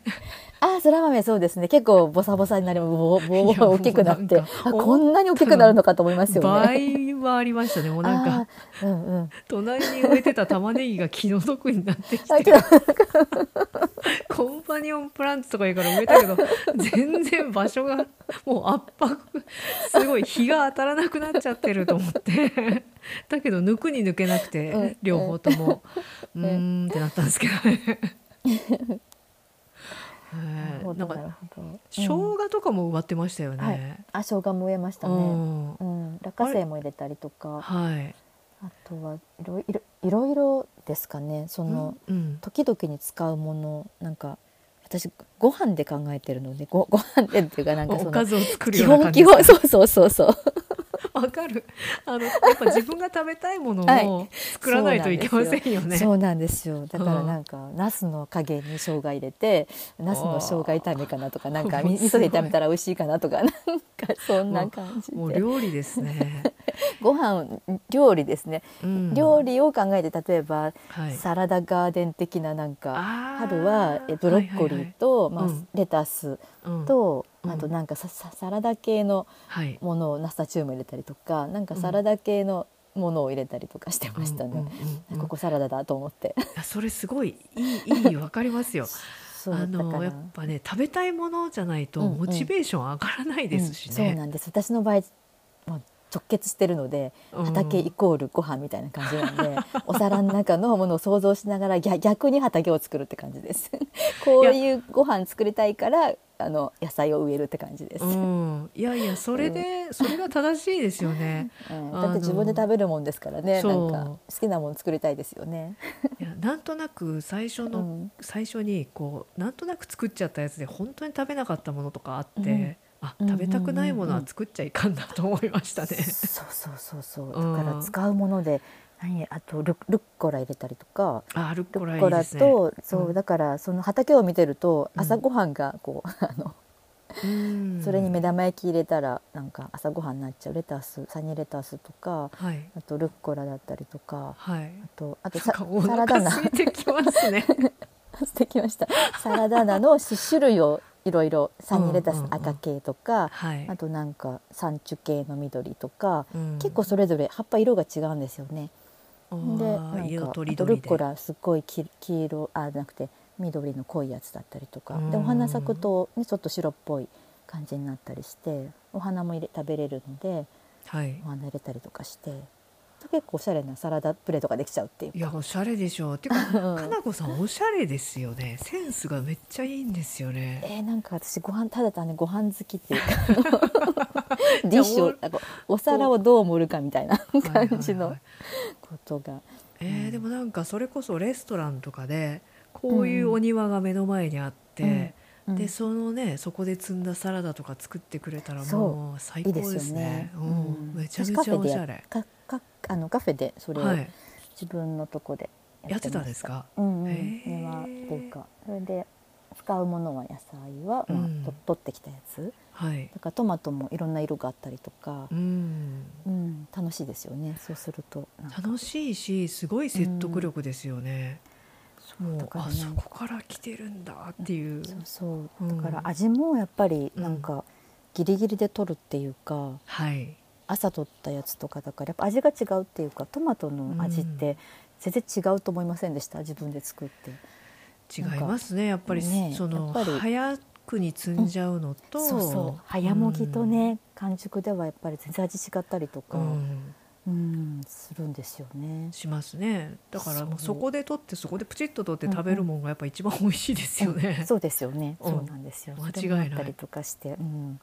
Speaker 2: ああそら豆そうですね。結構ボサボサになります。ぼぼ
Speaker 1: いやもう
Speaker 2: 大きくなって
Speaker 1: なんか
Speaker 2: あこんなに大きくなるのかと思いますよね。
Speaker 1: 倍はありましたね。もうなんか
Speaker 2: あーう んうん。
Speaker 1: 隣に植えてた玉ねぎが気の毒になってき
Speaker 2: だけ
Speaker 1: て
Speaker 2: ど
Speaker 1: コンパニオンプランツとかいうから植えたけ ど全然場所がもう圧迫すごい日が当たらなくなっちゃってると思ってだけど抜くに抜けなくて、
Speaker 2: うん
Speaker 1: 両方ともう
Speaker 2: うん
Speaker 1: ーんってなったんですけど ね。
Speaker 2: な
Speaker 1: え
Speaker 2: る
Speaker 1: ー
Speaker 2: ほ
Speaker 1: なん
Speaker 2: ど
Speaker 1: か
Speaker 2: なるほど
Speaker 1: 生
Speaker 2: うん
Speaker 1: 姜とかも植わってましたよ
Speaker 2: は
Speaker 1: ね。
Speaker 2: あ生姜も植えました
Speaker 1: う
Speaker 2: ね、
Speaker 1: ん
Speaker 2: うん、落花生も入れたりとか
Speaker 1: はい。
Speaker 2: あとはいろいろいろいろですかねその、
Speaker 1: うん、
Speaker 2: 時々に使うものなんか私ご飯で考えてるのでごご 飯でっていうかなんかそ
Speaker 1: お
Speaker 2: の
Speaker 1: かずを作る
Speaker 2: 基
Speaker 1: ような
Speaker 2: 本
Speaker 1: 感じ
Speaker 2: 基
Speaker 1: ですか
Speaker 2: 本 そうそうそうそう
Speaker 1: わかる。 あの、やっぱ自分が食べたいもの
Speaker 2: は
Speaker 1: を作らないといけませんよね。
Speaker 2: そうなんですよだから
Speaker 1: うん
Speaker 2: なんか茄子の加減に生姜入れて茄子の生姜炒めかなとかなん
Speaker 1: も
Speaker 2: か
Speaker 1: う
Speaker 2: み味
Speaker 1: す
Speaker 2: 噌
Speaker 1: ごい
Speaker 2: で炒めたら美味しいかなとかなんかそんな感じ
Speaker 1: もう
Speaker 2: で
Speaker 1: 料理ですね。
Speaker 2: ご飯料理ですね
Speaker 1: うん
Speaker 2: 料、理を考えて例えば、
Speaker 1: はい、
Speaker 2: サラダガーデン的ななんか
Speaker 1: あー
Speaker 2: 春はえブロッコリー、と、
Speaker 1: はいはい
Speaker 2: ま
Speaker 1: うん
Speaker 2: あ、レタス
Speaker 1: うん、
Speaker 2: と、
Speaker 1: うん
Speaker 2: あとなんかささサラダ系の
Speaker 1: はい、
Speaker 2: ものをナスタチューム入れたりとかなんか
Speaker 1: うん
Speaker 2: サラダ系のものを入れたりとかしてましたね。
Speaker 1: うんうんうんうん
Speaker 2: ここサラダだと思って。
Speaker 1: あそれすごいいいいいわかりますよ。
Speaker 2: そう
Speaker 1: あ
Speaker 2: だか
Speaker 1: の
Speaker 2: ら
Speaker 1: やっぱね食べたいものじゃないと
Speaker 2: うんうん
Speaker 1: モチベーション上がらないですし
Speaker 2: うんそう
Speaker 1: ね。
Speaker 2: なんです私の場合もう直結してるので
Speaker 1: うん
Speaker 2: 畑イコールご飯みたいな感じな んで、お皿の中のものを想像しながら逆逆に畑を作るって感じです こういうご飯作りたいからあの野菜を植えるって感じです、
Speaker 1: うん、いやいやそれで、それが正しいですよ ね。
Speaker 2: うん
Speaker 1: あの
Speaker 2: だって自分で食べるもんですからねな
Speaker 1: そうん
Speaker 2: か好きなもの作りたいですよね、
Speaker 1: いやなんとなく最初
Speaker 2: う
Speaker 1: の
Speaker 2: ん
Speaker 1: 最初にこうなんとなく作っちゃったやつで本当に食べなかったものとかあって、
Speaker 2: う
Speaker 1: あ
Speaker 2: んうんうんうん
Speaker 1: 食べたくないものは作っちゃいかんなと思いましたね。
Speaker 2: そうそうそうそう
Speaker 1: うん
Speaker 2: だから使うもので何あとルルッコラ入れたりとか
Speaker 1: あルッ
Speaker 2: ル
Speaker 1: コラ
Speaker 2: ッ
Speaker 1: い
Speaker 2: コ
Speaker 1: い
Speaker 2: ラ
Speaker 1: ですね。
Speaker 2: と、そううんだからその畑を見てると
Speaker 1: うん
Speaker 2: 朝ごはんがこう、あの
Speaker 1: うん
Speaker 2: それに目玉焼き入れたらなんか朝ごはんになっちゃうレタスサニーレタスとか
Speaker 1: はい
Speaker 2: あとルッコラだったりとか
Speaker 1: はい。
Speaker 2: あとあと
Speaker 1: なん
Speaker 2: さ
Speaker 1: かお
Speaker 2: サラ
Speaker 1: 腹
Speaker 2: ダ菜
Speaker 1: 空いてきますね。
Speaker 2: してきましたサラダ菜のし種類をいろいろサニーレタス
Speaker 1: うんうん
Speaker 2: の
Speaker 1: うん
Speaker 2: 赤系とか、
Speaker 1: はい
Speaker 2: あ。となんか山竹系の緑とか、
Speaker 1: うん
Speaker 2: 結構それぞれ葉っぱ色が違うんですよね。
Speaker 1: あー
Speaker 2: でなん
Speaker 1: 色
Speaker 2: か
Speaker 1: と
Speaker 2: あ
Speaker 1: り
Speaker 2: と
Speaker 1: ど
Speaker 2: ル
Speaker 1: り
Speaker 2: ッコ
Speaker 1: で。
Speaker 2: ラすごいき黄色あじゃなくて緑の濃いやつだったりとか
Speaker 1: うん
Speaker 2: でお花咲くと、ね、ちょっと白っぽい感じになったりしてお花も入れ食べれるので
Speaker 1: はい
Speaker 2: お。花入れたりとかして結構おしゃれなサラダプレートができちゃうっていう
Speaker 1: いやおしゃれでしょう。てか
Speaker 2: うん
Speaker 1: かなこさんおしゃれですよね。センスがめっちゃいいんですよね。
Speaker 2: えー、なんか私ご飯ただ単にご飯好 きっていうかあのディッシュをなんかお皿をどう盛るかみたいな
Speaker 1: はい
Speaker 2: 感じ
Speaker 1: はいは
Speaker 2: の
Speaker 1: い
Speaker 2: ことが
Speaker 1: えーでもなんかそれこそレストランとかでこういうお庭が目の前にあって、
Speaker 2: うん
Speaker 1: でそのねそこで摘んだサラダとか作ってくれたらも
Speaker 2: そう
Speaker 1: 最
Speaker 2: い
Speaker 1: 高
Speaker 2: いで
Speaker 1: です
Speaker 2: よ
Speaker 1: すね
Speaker 2: ね。。
Speaker 1: うん
Speaker 2: うん
Speaker 1: めちゃ
Speaker 2: 私
Speaker 1: め
Speaker 2: カ
Speaker 1: ち
Speaker 2: フ
Speaker 1: ゃ
Speaker 2: ェ
Speaker 1: お
Speaker 2: で
Speaker 1: し
Speaker 2: や
Speaker 1: ゃれ。
Speaker 2: かかあのカフェでそれを
Speaker 1: はい、
Speaker 2: 自分のとこで
Speaker 1: やってた
Speaker 2: ま
Speaker 1: んですか。
Speaker 2: うんうん、
Speaker 1: へー
Speaker 2: 庭っていうかそれで使うものは野菜は、
Speaker 1: う
Speaker 2: まあ
Speaker 1: ん
Speaker 2: と取ってきたやつ
Speaker 1: はい
Speaker 2: だからトマトもいろんな色があったりとか
Speaker 1: う、ん
Speaker 2: うん、楽しいですよねそうするとなんか
Speaker 1: 楽しいしすごい説得力ですよね、も
Speaker 2: だ
Speaker 1: う
Speaker 2: から
Speaker 1: あ
Speaker 2: ね
Speaker 1: そこから来てるんだっていう
Speaker 2: そうそううんだから味もやっぱりなんかギリギリで取るっていうか、
Speaker 1: はい
Speaker 2: 朝取ったやつとかだからやっぱ味が違うっていうかトマトの味って全然違うと思いませんでした自分で作って。
Speaker 1: 違いますねやっぱり、
Speaker 2: ね
Speaker 1: その
Speaker 2: やっぱり
Speaker 1: 早くに積んじゃうのと、
Speaker 2: そうそう早もぎとね、完熟ではやっぱり全然味違ったりとか、
Speaker 1: う、
Speaker 2: うん
Speaker 1: うんん
Speaker 2: するんですよね。
Speaker 1: しますねだからもう
Speaker 2: そ
Speaker 1: そうこで取ってそこでプチッと取って食べるもんがやっぱ一番美味しいですよね、
Speaker 2: そうですよね、
Speaker 1: うん
Speaker 2: そうなんですよ
Speaker 1: 間違いない
Speaker 2: それもあったりとかして、うん、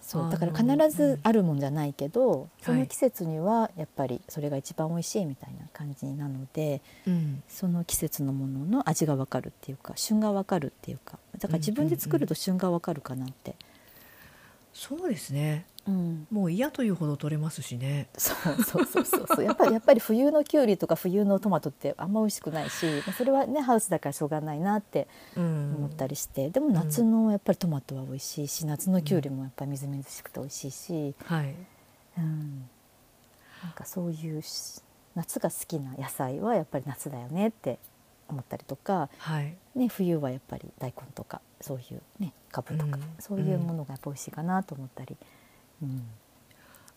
Speaker 2: そ
Speaker 1: あ
Speaker 2: う
Speaker 1: の
Speaker 2: だから必ずあるもんじゃないけど、その季節にはやっぱりそれが一番美味しいみたいな感じなので、
Speaker 1: うん
Speaker 2: その季節のものの味がわかるっていうか旬がわかるっていうかだから自分で作ると旬がわかるかなって、
Speaker 1: そうですねもう嫌というほど取れますしね
Speaker 2: そうそうそうそうそうやっぱりやっぱり冬のきゅうりとか冬のトマトってあんま美味しくないしまあそれはねハウスだからしょうがないなって
Speaker 1: うん
Speaker 2: 思ったりして、でも夏のやっぱりトマトは美味しいし夏のきゅうりもやっぱりみずみずしくて美味しいし、
Speaker 1: はい
Speaker 2: うん、なんかそういうし夏が好きな野菜はやっぱり夏だよねって思ったりとか、
Speaker 1: はい
Speaker 2: ね、冬はやっぱり大根とかそういうねかぶとか、
Speaker 1: うん
Speaker 2: そういうものがやっぱ美味しいかなと思ったり、うん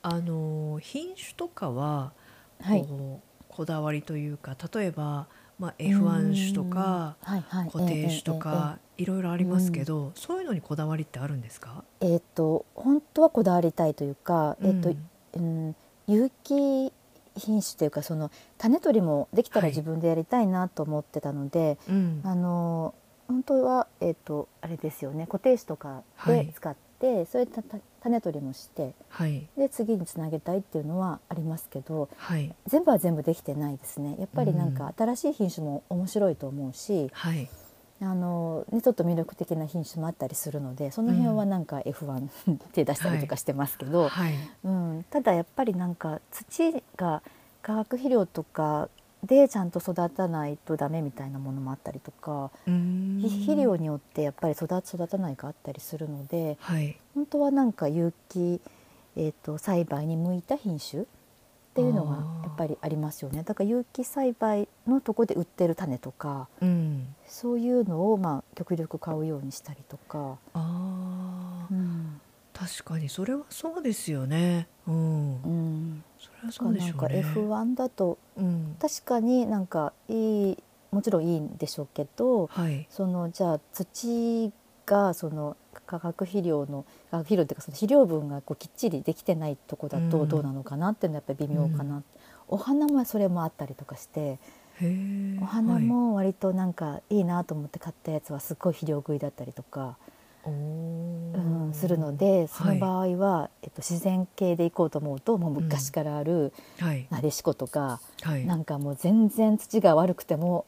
Speaker 1: あの品種とかは
Speaker 2: はい、
Speaker 1: こうこだわりというか例えば、まあ、F1 種とか
Speaker 2: うん、はいはい、
Speaker 1: 固定種とかいろいろありますけど、そういうのにこだわりってあるんですか、
Speaker 2: えーえーえーえーと本当はこだわりたいというか、えーと
Speaker 1: うん
Speaker 2: うん、有機品種というかその種取りもできたら
Speaker 1: はい
Speaker 2: 自分でやりたいなと思ってたので、
Speaker 1: うん
Speaker 2: あの本当は、えー、とあれですよね固定種とか
Speaker 1: は
Speaker 2: で
Speaker 1: い
Speaker 2: 使って、それでたた種取りもして
Speaker 1: はい
Speaker 2: で次につなげたいっていうのはありますけど、
Speaker 1: はい
Speaker 2: 全部は全部できてないですねやっぱりなん
Speaker 1: う
Speaker 2: か新しい品種も面白いと思うし、
Speaker 1: はい
Speaker 2: あのね、ちょっと魅力的な品種もあったりするのでその辺はなんか F1 手出したりとかしてますけど、
Speaker 1: はい
Speaker 2: うん、ただやっぱりなんか土が化学肥料とかでちゃんと育たないとダメみたいなものもあったりとか、
Speaker 1: うーん
Speaker 2: ひ肥料によってやっぱり育つ育たないがあったりするので
Speaker 1: はい
Speaker 2: 本当はなんか有機、えー、と栽培に向いた品種っていうの
Speaker 1: あー
Speaker 2: がやっぱりありますよねだから有機栽培のとこで売ってる種とか
Speaker 1: うん
Speaker 2: そういうのをまあ極力買うようにしたりとか、
Speaker 1: あー
Speaker 2: うん
Speaker 1: 確かにそれはそうですよねうん
Speaker 2: うん、
Speaker 1: それは
Speaker 2: だか
Speaker 1: そう
Speaker 2: ら
Speaker 1: で
Speaker 2: な
Speaker 1: し
Speaker 2: ん
Speaker 1: ょ
Speaker 2: か
Speaker 1: うね
Speaker 2: F1 だと
Speaker 1: うん
Speaker 2: 確かになんかいいもちろんいいんでしょうけど
Speaker 1: はい
Speaker 2: そのじゃあ土がその化学肥料の化学肥料っていうかその肥料分がこうきっちりできてないとこだ
Speaker 1: う
Speaker 2: と
Speaker 1: ん
Speaker 2: どうなのかなっていうのはやっぱり微妙かな、お花もそれもあったりとかして
Speaker 1: へえ
Speaker 2: お花も割となんかいいなと思って買ったやつはすっごい肥料食いだったりとか、
Speaker 1: はいお
Speaker 2: う
Speaker 1: ー
Speaker 2: ん、するのでその場合は、えっと、自然系で行こうと思うともう昔からある
Speaker 1: はい
Speaker 2: なでしことか、
Speaker 1: はい
Speaker 2: なんかもう全然土が悪くても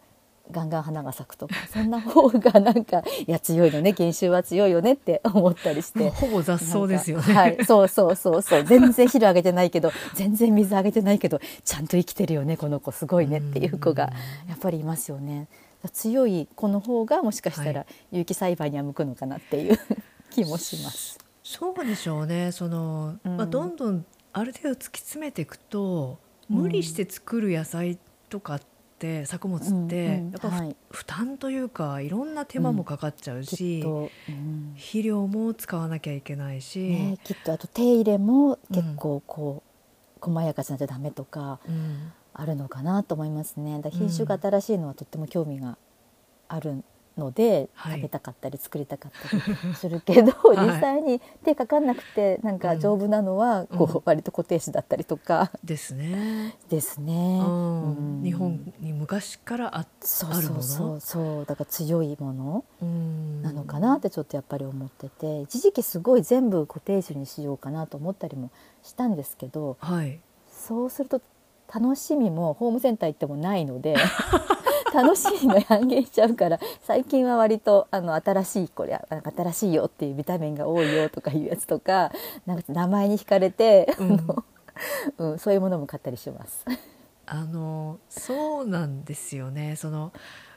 Speaker 2: ガンガン花が咲くとかそんな方がなんかいや強いのね研修は強いよねって思ったりし
Speaker 1: もう
Speaker 2: て。
Speaker 1: ほぼ雑草ですよね
Speaker 2: なんかはい、そうそうそうそう全然肥料あげてないけど全然水あげてないけどちゃんと生きてるよねこの子すごいねっていう子がやっぱりいますよね強い子の方がもしかした
Speaker 1: は
Speaker 2: ら有機栽培には向くのかなっていう 気もします。
Speaker 1: そうでしょうねその、
Speaker 2: うん
Speaker 1: まあ、どんどんある程度突き詰めていくと
Speaker 2: うん
Speaker 1: 無理して作る野菜とかって作物って、
Speaker 2: うんうん
Speaker 1: やっぱ、
Speaker 2: はい
Speaker 1: 負担というかいろんな手間もかかっちゃう
Speaker 2: き
Speaker 1: し、
Speaker 2: っと、うん
Speaker 1: 肥料も使わなきゃいけないし、
Speaker 2: ね、きっとあと手入れも結構こう、細やかじゃなきゃダメとか
Speaker 1: うん
Speaker 2: あるのかなと思いますねだから品種が新しいのはとっても興味があるので、
Speaker 1: はい
Speaker 2: 食べたかったり作りたかったりする けど、
Speaker 1: い
Speaker 2: 実際に手かかんなくてなん
Speaker 1: う
Speaker 2: か
Speaker 1: ん
Speaker 2: 丈夫なのはこう、
Speaker 1: うん
Speaker 2: 割と固定種だったりとか
Speaker 1: ですね、
Speaker 2: ですね。
Speaker 1: うん
Speaker 2: うん
Speaker 1: 日本に昔からあっ
Speaker 2: そう
Speaker 1: ある
Speaker 2: そ
Speaker 1: もの
Speaker 2: うそうそうだから強いもの
Speaker 1: うん
Speaker 2: なのかなってちょっとやっぱり思ってて一時期すごい全部固定種にしようかなと思ったりもしたんですけど、
Speaker 1: はい
Speaker 2: そうすると楽しみもホームセンター行ってもないので 楽しみが半減しちゃうから最近は割とあの新しいこれなんか新しいよっていうビタミンが多いよとかいうやつとかなんか名前に惹かれて、
Speaker 1: うん
Speaker 2: あの うん、そういうものも買ったりします。
Speaker 1: あのそうなんですよねその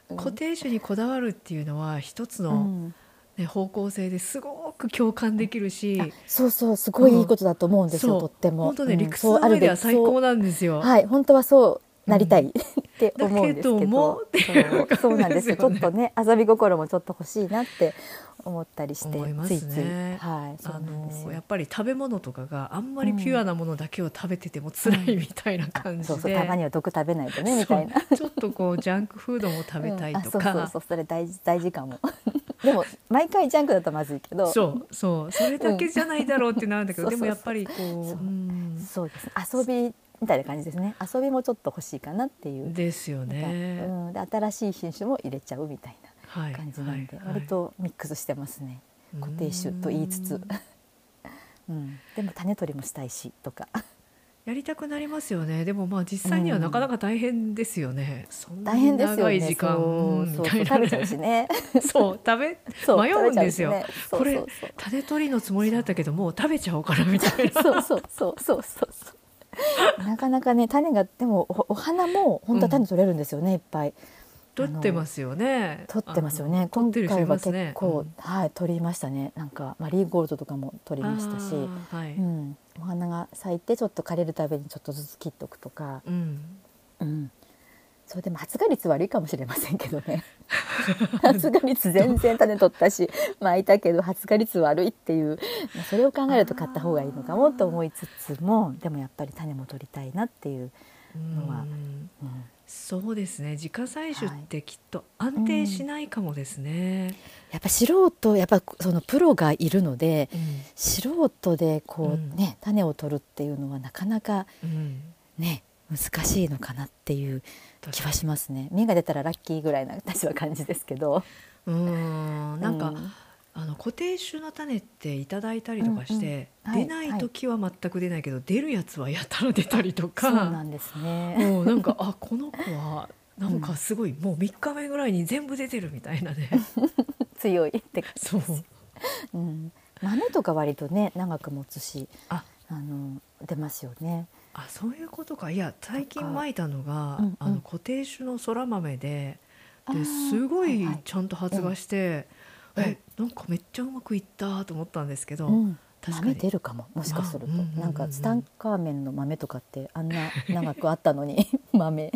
Speaker 2: うん
Speaker 1: 固定種にこだわるっていうのは一つ
Speaker 2: う
Speaker 1: の、
Speaker 2: ん
Speaker 1: ね、方向性ですごく共感できるし
Speaker 2: そうそうすごいいいことだと思うんですよ、
Speaker 1: そう
Speaker 2: とっても
Speaker 1: 本当ね、
Speaker 2: うん
Speaker 1: 理屈
Speaker 2: そう
Speaker 1: の
Speaker 2: ある
Speaker 1: 上
Speaker 2: べ
Speaker 1: で
Speaker 2: き
Speaker 1: は最高なんですよ。
Speaker 2: そうはい本当はそうなりたい、って
Speaker 1: だ
Speaker 2: 思うん
Speaker 1: け
Speaker 2: ですけど
Speaker 1: どもっていう
Speaker 2: そうそ
Speaker 1: 感
Speaker 2: うな
Speaker 1: じ
Speaker 2: んで
Speaker 1: ですす
Speaker 2: よ
Speaker 1: よ
Speaker 2: ちょっ
Speaker 1: ね
Speaker 2: と。ね遊び心もちょっと欲しいなって思ったりして
Speaker 1: 思います
Speaker 2: つ
Speaker 1: ね
Speaker 2: いついはいそう
Speaker 1: あ
Speaker 2: なんですよ、
Speaker 1: のやっぱり食べ物とかがあんまりピュアなものだけを食べてても辛いみたいな
Speaker 2: あ
Speaker 1: 感じで、
Speaker 2: そうそうたまには毒食べないとねみ
Speaker 1: そ
Speaker 2: た
Speaker 1: う
Speaker 2: いな
Speaker 1: ちょっとこうジャンクフードも食べたいと
Speaker 2: うんあそうそう
Speaker 1: か
Speaker 2: そ、うそれ大事大事かも でも毎回ジャンクだとまずいけど
Speaker 1: そうそうそれだけじゃないだろうってなるんだ けど、
Speaker 2: うん
Speaker 1: でもやっぱりこう
Speaker 2: そう
Speaker 1: うん
Speaker 2: そうです遊びみたいな感じですね遊びもちょっと欲しいかなっていう、
Speaker 1: ですよね。
Speaker 2: うん、で新しい品種も入れちゃうみたい
Speaker 1: はい
Speaker 2: な感じなんで、
Speaker 1: はい
Speaker 2: 割とミックスしてますね
Speaker 1: はい
Speaker 2: 固定種と言い
Speaker 1: う
Speaker 2: つつ
Speaker 1: ん、
Speaker 2: うん、でも種取りもしたいしとか
Speaker 1: やりたくなりますよね。でもまあ実際にはなかなか大変ですよね。そんな
Speaker 2: 大
Speaker 1: に
Speaker 2: 変ですよ
Speaker 1: 長
Speaker 2: ね
Speaker 1: い時間
Speaker 2: そう
Speaker 1: み
Speaker 2: そう
Speaker 1: た
Speaker 2: そう
Speaker 1: い
Speaker 2: 食
Speaker 1: な
Speaker 2: べ ちゃうし
Speaker 1: ね。
Speaker 2: ね
Speaker 1: そう食べ
Speaker 2: そう
Speaker 1: 迷うんですよ
Speaker 2: 食べちゃうしねそう
Speaker 1: これ
Speaker 2: そうそう
Speaker 1: 種取りのつもりだったけどもう食べちゃおうかなみたいな。
Speaker 2: そうそうそうそうそうそう。なかなかね種がでもおお花も本当は種取れるんですよね、いっぱい
Speaker 1: 取ってますよね。
Speaker 2: 取ってますよね
Speaker 1: あの
Speaker 2: 今
Speaker 1: 取ってる人
Speaker 2: 回
Speaker 1: い
Speaker 2: は
Speaker 1: ます
Speaker 2: 結
Speaker 1: ね。
Speaker 2: 構、はい取りましたねなんかマリーゴールドとかも取りましたし、
Speaker 1: あーは
Speaker 2: う
Speaker 1: い。
Speaker 2: ん、お花が咲いてちょっと枯れるたびにちょっとずつ切っておくとか、
Speaker 1: うん。
Speaker 2: うん、それでも発芽率悪いかもしれませんけど ね発芽率全然種取ったし巻いたけど発芽率悪いっていうまあそれを考えると買った方がいいのかもと思いつつもでもやっぱり種も取りたいなっていう、のは
Speaker 1: うん
Speaker 2: うん
Speaker 1: そうですね。自家採取ってきっと安定しないかもですね。
Speaker 2: やっぱ素人やっぱそのプロがいるので
Speaker 1: うん
Speaker 2: 素人でこ
Speaker 1: うん
Speaker 2: うね、種を取るっていうのはなかなか
Speaker 1: うん。
Speaker 2: ね難しいのかなっていう
Speaker 1: 確
Speaker 2: 気
Speaker 1: か
Speaker 2: はしますね芽が出たらラッキーぐらいな私は感じですけど
Speaker 1: にうん。なんか
Speaker 2: う。
Speaker 1: あの固定種の種っていただいたりとかして、
Speaker 2: うんうんは
Speaker 1: 出
Speaker 2: い
Speaker 1: ない時は全く出ないけど、出るやつはやたら出たりとか
Speaker 2: そうなんですね
Speaker 1: もうなんかあこの子 はなんかすごい、もう3日目ぐらいに全部出てるみたいなね
Speaker 2: 強いって感じ
Speaker 1: そう
Speaker 2: うん、豆とか割とね長く持つし
Speaker 1: あ
Speaker 2: あの出ますよね。
Speaker 1: あそういうことかいや最
Speaker 2: と
Speaker 1: 近
Speaker 2: か
Speaker 1: まいたのが、
Speaker 2: うんうん
Speaker 1: あの固定種のそら豆で
Speaker 2: あー
Speaker 1: ですごい
Speaker 2: はいはい
Speaker 1: ちゃんと発芽して、
Speaker 2: うん
Speaker 1: えなんかめっちゃうまくいったと思ったんですけど、
Speaker 2: うん、
Speaker 1: 確かに
Speaker 2: 豆出るかももしかすると、
Speaker 1: まあうんうんうんうん
Speaker 2: なんかツタンカーメンの豆とかってあんな長くあったのに 豆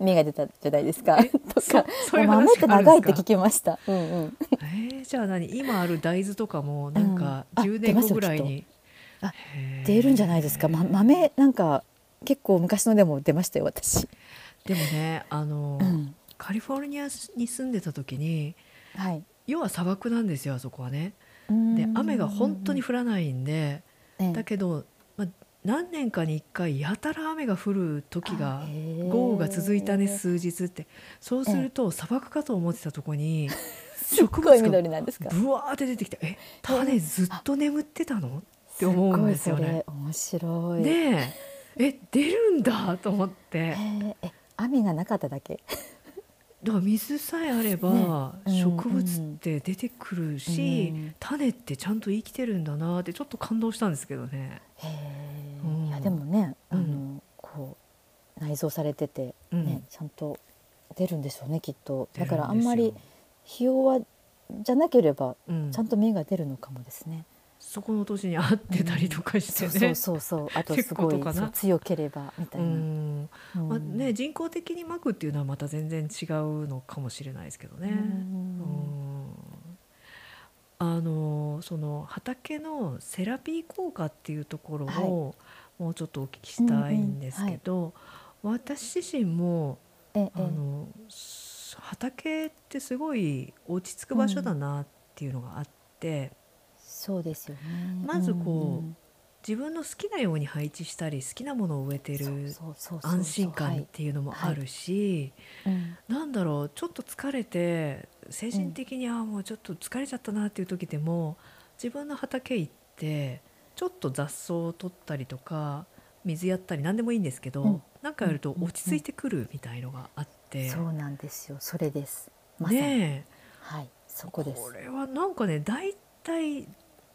Speaker 2: 芽が出たじゃないですかとか
Speaker 1: そういう話があるん
Speaker 2: 豆
Speaker 1: で
Speaker 2: っ
Speaker 1: すか
Speaker 2: て長いって聞きました。うんうん、
Speaker 1: えーじゃあ何今ある大豆とかもなんか
Speaker 2: うんあ
Speaker 1: 10年後ぐらいに、
Speaker 2: 出ますよきっとあ
Speaker 1: へー
Speaker 2: 出るんじゃないですか、ま、豆なんか結構昔のでも出ましたよ私。
Speaker 1: でもねあの、
Speaker 2: うん
Speaker 1: カリフォルニアに住んでた時に
Speaker 2: はい、
Speaker 1: 要は砂漠なんですよあそこはね
Speaker 2: で
Speaker 1: で雨が本当に降らないんでだ
Speaker 2: だ
Speaker 1: けど、まあ、何年かに1回やたら雨が降る時が
Speaker 2: あへー
Speaker 1: 豪雨が続いたね数日ってそうすると砂漠かと思ってたとこに
Speaker 2: すっ
Speaker 1: 植
Speaker 2: ごい
Speaker 1: 物が
Speaker 2: 緑なんですか。
Speaker 1: ブワーって出てきて「え種ずっと眠ってたの?」って思うんですよ
Speaker 2: ごい
Speaker 1: ね。
Speaker 2: それ面白い。
Speaker 1: ねええ出るんだと思って
Speaker 2: へーえ雨がなかっただけ。
Speaker 1: だから水さえあれば植
Speaker 2: ねうん
Speaker 1: 物って出てくるし、
Speaker 2: うん
Speaker 1: 種ってちゃんと生きてるんだなってちょっと感動したんですけどね。
Speaker 2: へえ
Speaker 1: うん
Speaker 2: いやでもね、
Speaker 1: うん
Speaker 2: あのこう内蔵されててね、
Speaker 1: うん
Speaker 2: ちゃんと出るんでしょうねきっと
Speaker 1: 出
Speaker 2: だ
Speaker 1: るんです
Speaker 2: か
Speaker 1: よ
Speaker 2: らあんまり費用はじゃなければ
Speaker 1: うん
Speaker 2: ちゃんと芽が出るのかもですね、
Speaker 1: そこの年に合ってたりとかして
Speaker 2: そうそ
Speaker 1: ね
Speaker 2: う。そうそう あとすご
Speaker 1: って
Speaker 2: い
Speaker 1: ことかな
Speaker 2: そう強ければみた
Speaker 1: う
Speaker 2: いな、
Speaker 1: ん
Speaker 2: うん
Speaker 1: まあね、人工的にまくっていうのはまた全然違うのかもしれないですけどね。
Speaker 2: うん
Speaker 1: うんあのその畑のセラピー効果っていうところをもうちょっとお聞きしたいんですけど、私自身も
Speaker 2: ええ
Speaker 1: あのす畑ってすごい落ち着く場所だなっていうのがあって、
Speaker 2: そうですよね
Speaker 1: まずこうん自分の好きなように配置したり好きなものを植えて
Speaker 2: そう
Speaker 1: る
Speaker 2: そうそうそう
Speaker 1: 安心感
Speaker 2: は
Speaker 1: っ
Speaker 2: い
Speaker 1: ていうのもあるし、
Speaker 2: うん
Speaker 1: なんだろうちょっと疲れて精神的に、ああもうちょっと疲れちゃったなっていう時でも自分の畑行ってちょっと雑草を取ったりとか水やったり何でもいいんですけど、
Speaker 2: うん
Speaker 1: なんかやると
Speaker 2: うん
Speaker 1: 落ち着いてくるみたいのがあって、
Speaker 2: そうなんですよそれですまさに、
Speaker 1: ねえ
Speaker 2: はいそこです
Speaker 1: れはなんかね大体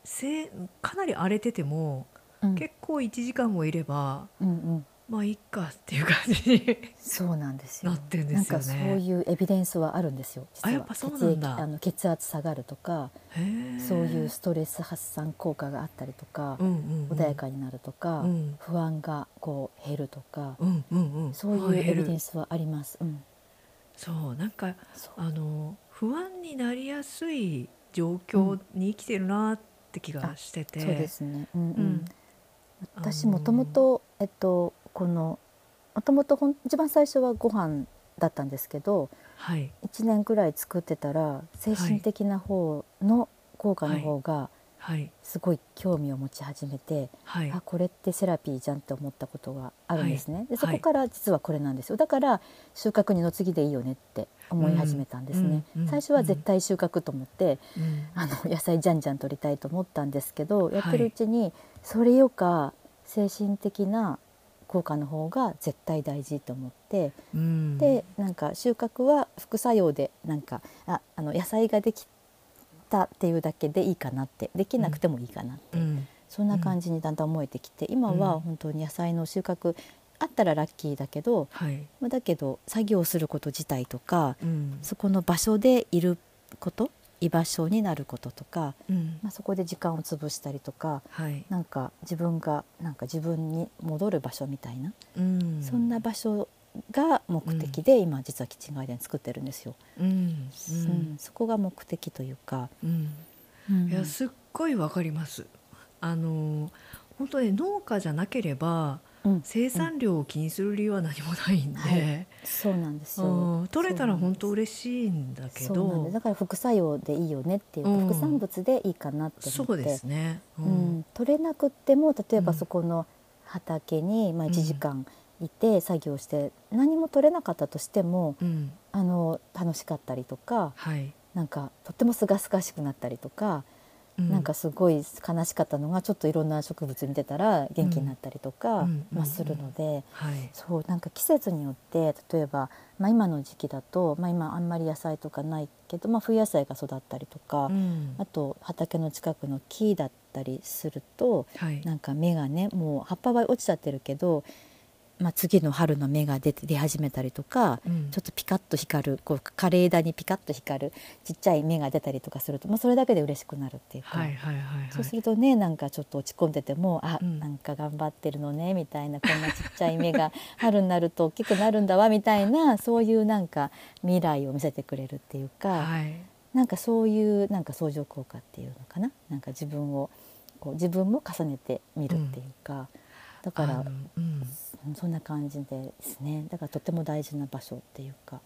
Speaker 1: せかなり荒れてても、
Speaker 2: うん
Speaker 1: 結構1時間もいれば
Speaker 2: うんうん
Speaker 1: まあいっかっていう感 じに
Speaker 2: そうなんですよ
Speaker 1: なってんですよね
Speaker 2: なんかそういうエビデンスはあるんですよ実は
Speaker 1: あやっぱそうなんだ
Speaker 2: 血液あの血圧下がるとか
Speaker 1: へー
Speaker 2: そういうストレス発散効果があったりとか、
Speaker 1: うんうんうん
Speaker 2: 穏やかになるとか、
Speaker 1: うん
Speaker 2: 不安がこう減るとか、
Speaker 1: うんうんうん
Speaker 2: そう
Speaker 1: あ
Speaker 2: いう
Speaker 1: 減る
Speaker 2: エビデンスはあります。うん、
Speaker 1: そうなんか
Speaker 2: そう
Speaker 1: あの不安になりやすい状況に生きてるなって気がしてて、
Speaker 2: そうですね。うんう
Speaker 1: うんん、
Speaker 2: 私
Speaker 1: あのー
Speaker 2: もともとえっとこのもともとほん一番最初はご飯だったんですけど、
Speaker 1: はい
Speaker 2: 1年くらい作ってたら精神的な方の効果の方が
Speaker 1: はい
Speaker 2: すごい興味を持ち始めて、
Speaker 1: はい
Speaker 2: あこれってセラピーじゃんって思ったことがあるんですね、でそ
Speaker 1: はい
Speaker 2: こから実はこれなんですよだから収穫二の次でいいよねって思い始めたんですね、
Speaker 1: うんうんうん
Speaker 2: 最初は絶対収穫と思って、
Speaker 1: うん
Speaker 2: あ の野菜じゃんじゃん取りたいと思ったんですけどやってるうちにそれよか精神的な効果の方が絶対大事と思って、
Speaker 1: うん
Speaker 2: でなんか収穫は副作用でなんかああの野菜ができたっていうだけでいいかなってできなくてもいいかなって、
Speaker 1: うん
Speaker 2: そんな感じにだんだん思えてきて今
Speaker 1: うん
Speaker 2: は本当に野菜の収穫あったらラッキーだけど
Speaker 1: はい
Speaker 2: まあだけど作業すること自体とか
Speaker 1: うん
Speaker 2: そこの場所でいること居場所になることとか、
Speaker 1: うん
Speaker 2: まあ、そこで時間を潰したりとか
Speaker 1: はい
Speaker 2: なんか自分がなんか自分に戻る場所みたいな、
Speaker 1: うん
Speaker 2: そんな場所が目的で今実はキッチンガーデン作ってるんですよ。
Speaker 1: うん
Speaker 2: う
Speaker 1: うんん
Speaker 2: そこが目的というか、
Speaker 1: うんいやすっごいわかりますあの本当に農家じゃなければ
Speaker 2: うん
Speaker 1: 生産量を気にする理由は何もないんで、
Speaker 2: はいそうなんです
Speaker 1: う
Speaker 2: よ
Speaker 1: ん、取れたら本当
Speaker 2: そうなんです
Speaker 1: 嬉しいんだけ
Speaker 2: そうなんで
Speaker 1: ど
Speaker 2: すだから副作用でいいよねっていうか、
Speaker 1: うん
Speaker 2: 副産物でいいかなって
Speaker 1: そ
Speaker 2: 思っ
Speaker 1: う
Speaker 2: て
Speaker 1: ですね、う
Speaker 2: うんん、取れなくっても例えば
Speaker 1: うん
Speaker 2: そこの畑に、まあ、
Speaker 1: う
Speaker 2: 1
Speaker 1: ん
Speaker 2: 時間いて作業して何も取れなかったとしても
Speaker 1: うん、
Speaker 2: あの楽しかったりとか
Speaker 1: はい、
Speaker 2: なんかとってもすがすがしくなったりとか、
Speaker 1: う
Speaker 2: なんかすごい悲しかったのがちょっといろんな植物見てたら元気になったりとか、
Speaker 1: うん
Speaker 2: まあ、するので。
Speaker 1: はい、
Speaker 2: そうなんか季節によって例えば、まあ、今の時期だと、まあ、今あんまり野菜とかないけど、まあ、冬野菜が育ったりとか、
Speaker 1: うん
Speaker 2: あと畑の近くの木だったりすると
Speaker 1: はい、
Speaker 2: なんか芽がねもう葉っぱは落ちちゃってるけど、まあ、次の春の芽が出て出始めたりとか、
Speaker 1: うん
Speaker 2: ちょっとピカッと光るこう枯れ枝にピカッと光るちっちゃい芽が出たりとかすると、まあ、それだけで嬉しくなるっていうか。
Speaker 1: はいはいはいはい
Speaker 2: そうするとねなんかちょっと落ち込んでてもあ、
Speaker 1: うん
Speaker 2: なんか頑張ってるのねみたいなこんなちっちゃい目が春になると大きくなるんだわみたいなそういうなんか未来を見せてくれるっていうか、
Speaker 1: はい、
Speaker 2: なんかそういうなんか相乗効果っていうのかななんか自分をこう自分も重ねてみるっていうか、だか
Speaker 1: あ
Speaker 2: ら
Speaker 1: のうん、
Speaker 2: うんそんな感じですねだからとても大事な場所っていうか。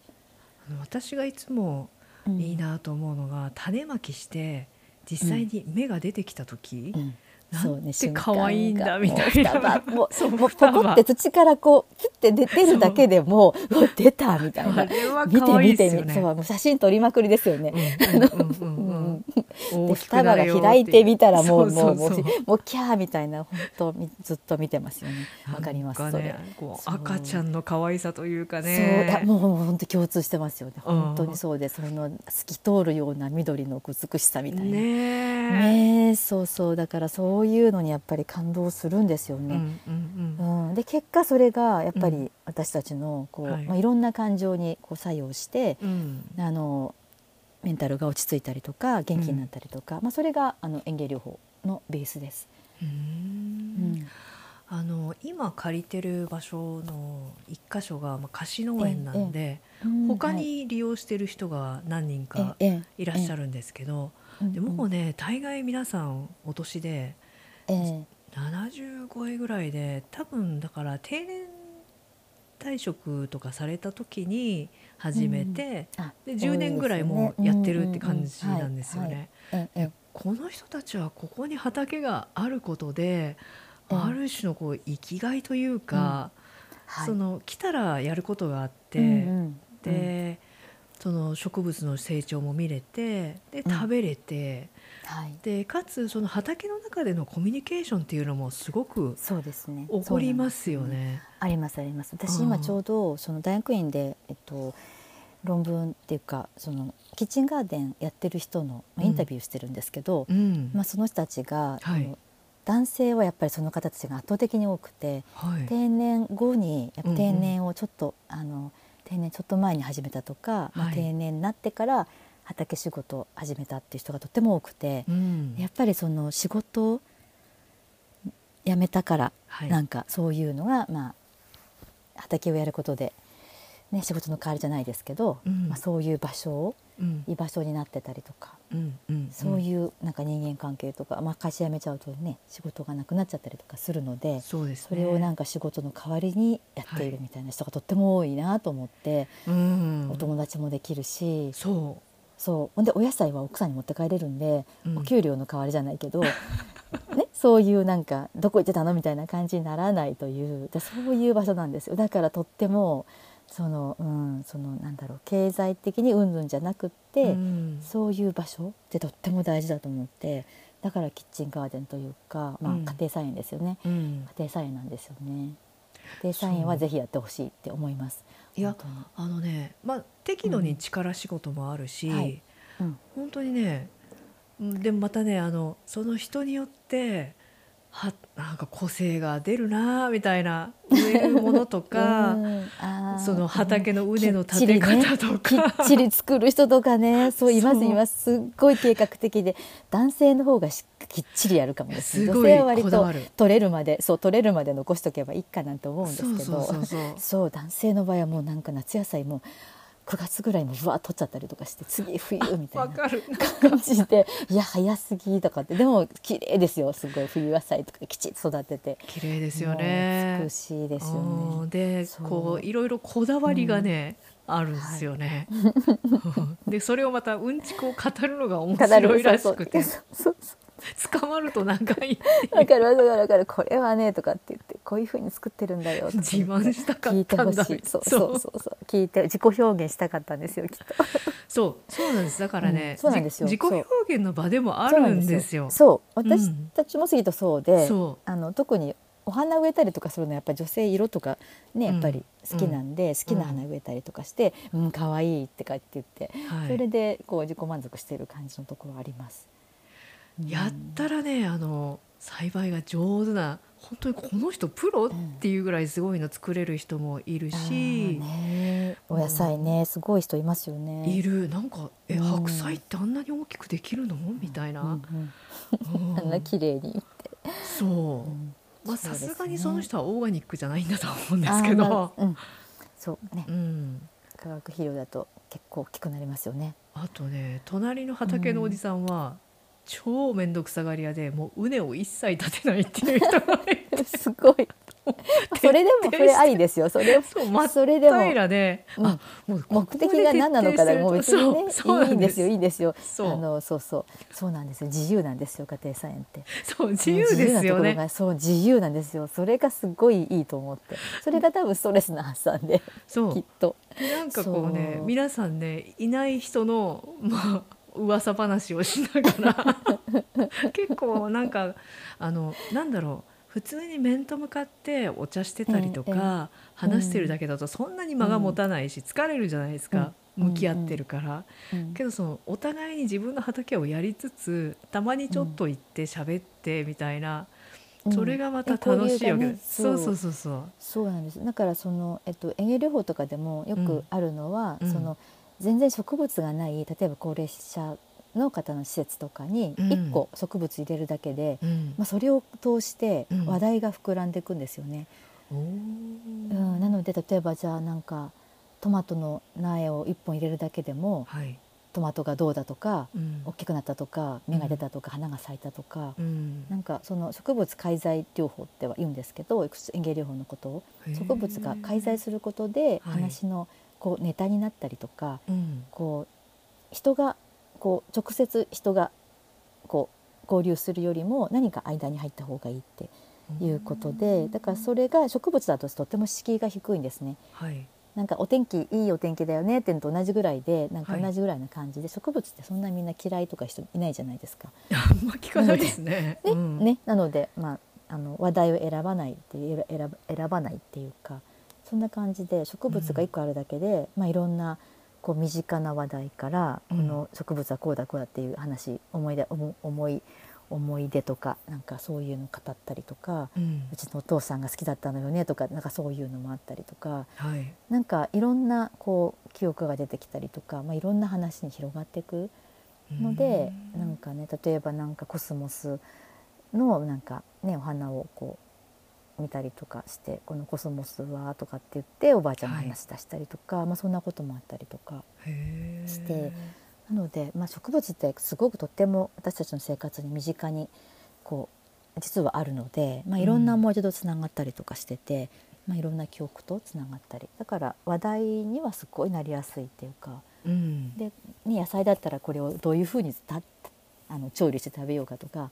Speaker 1: あの私がいつも
Speaker 2: うん
Speaker 1: いいなと思うのが、種まきして実際に芽が出てきた時、
Speaker 2: うん
Speaker 1: なんて可愛いんだみたい
Speaker 2: もう
Speaker 1: な
Speaker 2: 双葉もう
Speaker 1: そう
Speaker 2: もうポ
Speaker 1: 双葉
Speaker 2: コって土からこうピッて出てるだけでもううわ出たみたい
Speaker 1: あ
Speaker 2: な
Speaker 1: れは
Speaker 2: 見て
Speaker 1: 可愛い
Speaker 2: 見て
Speaker 1: です
Speaker 2: 見
Speaker 1: よね。
Speaker 2: てそうもう写真撮りまくりですよね、
Speaker 1: うんうんうんうんうん
Speaker 2: で
Speaker 1: 大きく
Speaker 2: 双
Speaker 1: な
Speaker 2: 葉
Speaker 1: れよ
Speaker 2: が
Speaker 1: う
Speaker 2: 開いてみたらもう
Speaker 1: そそ
Speaker 2: もうも
Speaker 1: そう
Speaker 2: もうキャーみたいな本当みずっと見てますよねわかります
Speaker 1: なん
Speaker 2: そ
Speaker 1: か
Speaker 2: れ
Speaker 1: ね、こう
Speaker 2: そう
Speaker 1: 赤ちゃんの可愛さというか
Speaker 2: そうい
Speaker 1: ね
Speaker 2: やもうもう本当共通してますよね
Speaker 1: うん
Speaker 2: 本当にそうでその透き通るような緑の美しさみたいな
Speaker 1: ねえ
Speaker 2: ねえそうそうだからそういうのにやっぱり感動するんですよ
Speaker 1: うんう
Speaker 2: ね、
Speaker 1: んうん
Speaker 2: うん、で結果それがやっぱ
Speaker 1: う
Speaker 2: り私たちのこう、
Speaker 1: はい
Speaker 2: いまあ、いろんな感情にこう作用して
Speaker 1: うん
Speaker 2: あのメンタルが落ち着いたりとか元気になったりとか、まあ、それがあの園芸療法のベースです。
Speaker 1: う
Speaker 2: うんん
Speaker 1: あの今借りてる場所の一箇所が、まあ、貸し農園なんで、他に利用してる人が何人か
Speaker 2: ええええ
Speaker 1: いらっしゃるんですけど、でもう
Speaker 2: ね、
Speaker 1: ね大概皆さんお年で
Speaker 2: ええ
Speaker 1: 75歳ぐらいで多分だから定年退職とかされた時に始めて、
Speaker 2: あ
Speaker 1: で10年ぐらいもうやってるって感じなんですよね。。
Speaker 2: 多いですよねうんうんうんはいはいええええ
Speaker 1: この人たちはここに畑があることで、
Speaker 2: ええ
Speaker 1: ある種のこう生きがいというか、
Speaker 2: はい
Speaker 1: その来たらやることがあって、
Speaker 2: うんうん
Speaker 1: で、その植物の成長も見れてで
Speaker 2: うん
Speaker 1: 食べれて、
Speaker 2: はい、
Speaker 1: でかつその畑の中でのコミュニケーションっていうのもすごく
Speaker 2: そうですね
Speaker 1: 起こりますよね。
Speaker 2: ありますあります私
Speaker 1: うん
Speaker 2: 今ちょうどその大学院で、えっと、論文っていうかそのキッチンガーデンやってる人の、まあ、
Speaker 1: うん
Speaker 2: インタビューしてるんですけど、
Speaker 1: うん
Speaker 2: まあ、その人たちが、
Speaker 1: はい
Speaker 2: あの男性はやっぱりその方たちが圧倒的に多くて
Speaker 1: はい
Speaker 2: 定年後にやっ
Speaker 1: うん
Speaker 2: ぱ
Speaker 1: うん
Speaker 2: 定年をちょっと、あの定年ちょっと前に始めたとか、まあ
Speaker 1: はい
Speaker 2: 定年になってから畑仕事を始めたっていう人がとっても多くて
Speaker 1: う、ん
Speaker 2: やっぱりその仕事を辞めたから
Speaker 1: はい
Speaker 2: なんかそういうのが、まあ、畑をやることで、ね、仕事の代わりじゃないですけど、
Speaker 1: うん
Speaker 2: まあ、そういう場所を
Speaker 1: うん
Speaker 2: 居場所になってたりとか、
Speaker 1: うんうん
Speaker 2: そう
Speaker 1: うん
Speaker 2: いうなんか人間関係とか、まあ、会社辞めちゃうとね仕事がなくなっちゃったりとかするので
Speaker 1: そうです
Speaker 2: そ
Speaker 1: ね
Speaker 2: れをなんか仕事の代わりにやっているみたいな人がとっても多いなと思って、
Speaker 1: うん
Speaker 2: お友達もできるし
Speaker 1: そ
Speaker 2: そうほんでお野菜は奥さんに持って帰れるんで、
Speaker 1: う、うん
Speaker 2: お給料の代わりじゃないけど、ね、そういうなんかどこ行ってたのみたいな感じにならないというでそういう場所なんですよだからとってもその、うん、そのなんだろう経済的にうんぬんじゃなくって、
Speaker 1: うん
Speaker 2: そういう場所ってとっても大事だと思ってだからキッチンガーデンというか、まあ、
Speaker 1: う
Speaker 2: 家
Speaker 1: ん
Speaker 2: 庭菜園ですよね、
Speaker 1: うん
Speaker 2: 家庭菜園なんですよね家庭菜園はぜひやってほしいって思います
Speaker 1: いや
Speaker 2: 本
Speaker 1: あのね、まあ、適度に力仕事もあるし、
Speaker 2: うんはい当にうん
Speaker 1: 本当にねうんでもまたねあのその人によってはなんか個性が出るなみたいな植えるものと か
Speaker 2: うんあー
Speaker 1: その
Speaker 2: うん
Speaker 1: 畑の畝の
Speaker 2: きっち
Speaker 1: 立
Speaker 2: り
Speaker 1: て
Speaker 2: ね
Speaker 1: 方と
Speaker 2: きっ
Speaker 1: か、
Speaker 2: ちり作る人と かねそういます
Speaker 1: そう
Speaker 2: いますすっごい計画的で男性の方がしきっちりやるかもですね
Speaker 1: す
Speaker 2: 女
Speaker 1: ごい
Speaker 2: 性は割
Speaker 1: こだわ
Speaker 2: と
Speaker 1: る。
Speaker 2: 取れるまでそう取れるまで残しとけばいいかなんて思うんですけ
Speaker 1: そ
Speaker 2: ど
Speaker 1: うそうそうそう
Speaker 2: そう男性の場合はもうなんか夏野菜も9月ぐらいもぶわっと取っちゃったりとかして次冬み た
Speaker 1: わ
Speaker 2: いな
Speaker 1: かる
Speaker 2: 感じでいや早すぎとかってでも綺麗ですよすごい冬野菜とかきちっと育てて
Speaker 1: 綺麗ですよね
Speaker 2: もう美しいですよ
Speaker 1: う
Speaker 2: ね
Speaker 1: んで
Speaker 2: そう
Speaker 1: こういろいろこだわりがね、あるんですよね、 でそれをまたうんちくを語るのが面
Speaker 2: 語
Speaker 1: 白
Speaker 2: る
Speaker 1: いらしくて
Speaker 2: そうそうそうそう
Speaker 1: 捕まると仲いい
Speaker 2: わかるわかるわかるこれはねとかって言ってこういう風に作ってるんだよとか
Speaker 1: 自慢したか
Speaker 2: 聞い
Speaker 1: ってた
Speaker 2: ほ
Speaker 1: ん
Speaker 2: し
Speaker 1: だ
Speaker 2: いそうそうそうそう聞いて自己表現したかったんですよきっと
Speaker 1: そうそうなんですだからね、
Speaker 2: うんそうなんですよ
Speaker 1: じ自己表現の場でもあ
Speaker 2: そうな
Speaker 1: るんですよ
Speaker 2: そう
Speaker 1: うん
Speaker 2: 私たちも杉とそうで、
Speaker 1: そ
Speaker 2: あの特にお花植えたりとかするのはやっぱり女性色とかね
Speaker 1: うん
Speaker 2: やっぱり好きなんで、好きな花植えたりとかして「うん可愛、いい」ってかって言って、
Speaker 1: う、は
Speaker 2: それ
Speaker 1: い、
Speaker 2: でこう自己満足してる感じのところはあります。
Speaker 1: やったらねあの栽培が上手な本当にこの人プロっていうぐらいすごいの作れる人もいる
Speaker 2: あー
Speaker 1: し、
Speaker 2: ね、お野菜ねすごい人いますよね。
Speaker 1: いるなんかえ
Speaker 2: うん
Speaker 1: 白菜ってあんなに大きくできるのみたいな、
Speaker 2: うん
Speaker 1: う
Speaker 2: うんん、あんな綺麗に。
Speaker 1: そう、
Speaker 2: うん
Speaker 1: まあさ
Speaker 2: そうですね
Speaker 1: すがにその人はオーガニックじゃないんだと思うんですけ
Speaker 2: あーま
Speaker 1: ど、
Speaker 2: あうん、そうね
Speaker 1: うん、
Speaker 2: 化学肥料だと結構大きくなります よね。
Speaker 1: あとね隣の畑のおじさんは、超面倒くさがり屋でもう畝を一切立てないっていう人がい て
Speaker 2: すごい。それでもそれありですよ。それ
Speaker 1: そう真っ
Speaker 2: それでも
Speaker 1: 平らで、
Speaker 2: うん
Speaker 1: あもうこ
Speaker 2: 目
Speaker 1: こで
Speaker 2: 的が何なのかだもう
Speaker 1: 徹
Speaker 2: 別
Speaker 1: 底
Speaker 2: にね
Speaker 1: するとそうそう
Speaker 2: いいんですよいいんですよ
Speaker 1: そう
Speaker 2: あのそうそうそうなんですよ自由なんですよ家庭菜園って
Speaker 1: そう自由ですよ
Speaker 2: 自由なところ
Speaker 1: ね
Speaker 2: がそう自由なんですよそれがすごいいいと思ってそれが多分ストレスの発散で
Speaker 1: そ
Speaker 2: きっ
Speaker 1: う
Speaker 2: と
Speaker 1: なんかこうね
Speaker 2: そう
Speaker 1: 皆さんねいない人のまあ噂話をしなが ら結構なんかあのなんだろう普通に面と向かってお茶してたりと
Speaker 2: えええ
Speaker 1: か話してるだけだとそんなに間が持たないし疲れるじゃないですか
Speaker 2: うん
Speaker 1: 向き合ってるから。
Speaker 2: うん
Speaker 1: けどそのお互いに自分の畑をやりつつたまにちょっと行って喋ってみたいなそれがまた楽しいわけ
Speaker 2: うん交流が
Speaker 1: で
Speaker 2: ね
Speaker 1: す。そう
Speaker 2: そ
Speaker 1: そううそうそう。
Speaker 2: そうなんですだからその、えっと、園芸療法とかでもよ
Speaker 1: う
Speaker 2: く
Speaker 1: ん
Speaker 2: あるのは、
Speaker 1: うん
Speaker 2: その全然植物がない例えば高齢者の方の施設とかに
Speaker 1: うん
Speaker 2: 1個植物入れるだけで、
Speaker 1: うん
Speaker 2: まあ、それを通して
Speaker 1: うん
Speaker 2: 話題が膨らんでいくんですよね。
Speaker 1: おー
Speaker 2: うんなので例えばじゃあなんかトマトの苗を1本入れるだけでも
Speaker 1: はい。
Speaker 2: トマトがどうだとか
Speaker 1: うん
Speaker 2: 大きくなったとか芽が出たとか花が咲いたとか、
Speaker 1: うん
Speaker 2: なんかその植物介在療法っては言うんですけど園芸療法のことを植物が介在することで
Speaker 1: はい
Speaker 2: 話のこうネタになったりとか、
Speaker 1: うん
Speaker 2: こう人がこう直接人がこう交流するよりも何か間に入った方がいいっていうことでだからそれが植物だととっても敷居が低いんですね。
Speaker 1: はい
Speaker 2: なんかお天気いいお天気だよねっていうのと同じぐらいでなんか
Speaker 1: はい
Speaker 2: 同じぐらいな感じで、植物ってそんなみんな嫌いとか人いないじゃないですか。
Speaker 1: あんま聞かないですね。
Speaker 2: ね
Speaker 1: うん
Speaker 2: ね、なので、まあ、あの話題を選ばないっていう選ば選ばないっていうかそんな感じで植物が一個あるだけで、まあ、いろんなこう身近な話題から、
Speaker 1: うん
Speaker 2: この植物はこうだこうだっていう話思い出思思い思い出とかなんかそういうの語ったりとか、
Speaker 1: うん
Speaker 2: うちのお父さんが好きだったのよねとかなんかそういうのもあったりとか
Speaker 1: はい
Speaker 2: なんかいろんなこう記憶が出てきたりとか、まあ、いろんな話に広がっていくので
Speaker 1: うん
Speaker 2: なんかね例えばなんかコスモスのなんかねお花をこう見たりとかして「このコスモスは?」とかって言っておばあちゃんの話出したりとか、まあ、そんなこともあったりとか
Speaker 1: へー
Speaker 2: してなので、まあ、植物ってすごくとっても私たちの生活に身近にこう実はあるので、まあ、いろんな思い出とつながったりとかしてて、まあ、いろんな記憶とつながったりだから話題にはすごいなりやすいっていうか
Speaker 1: うん
Speaker 2: で、ね、野菜だったらこれをどういうふうにたあの調理して食べようかとか、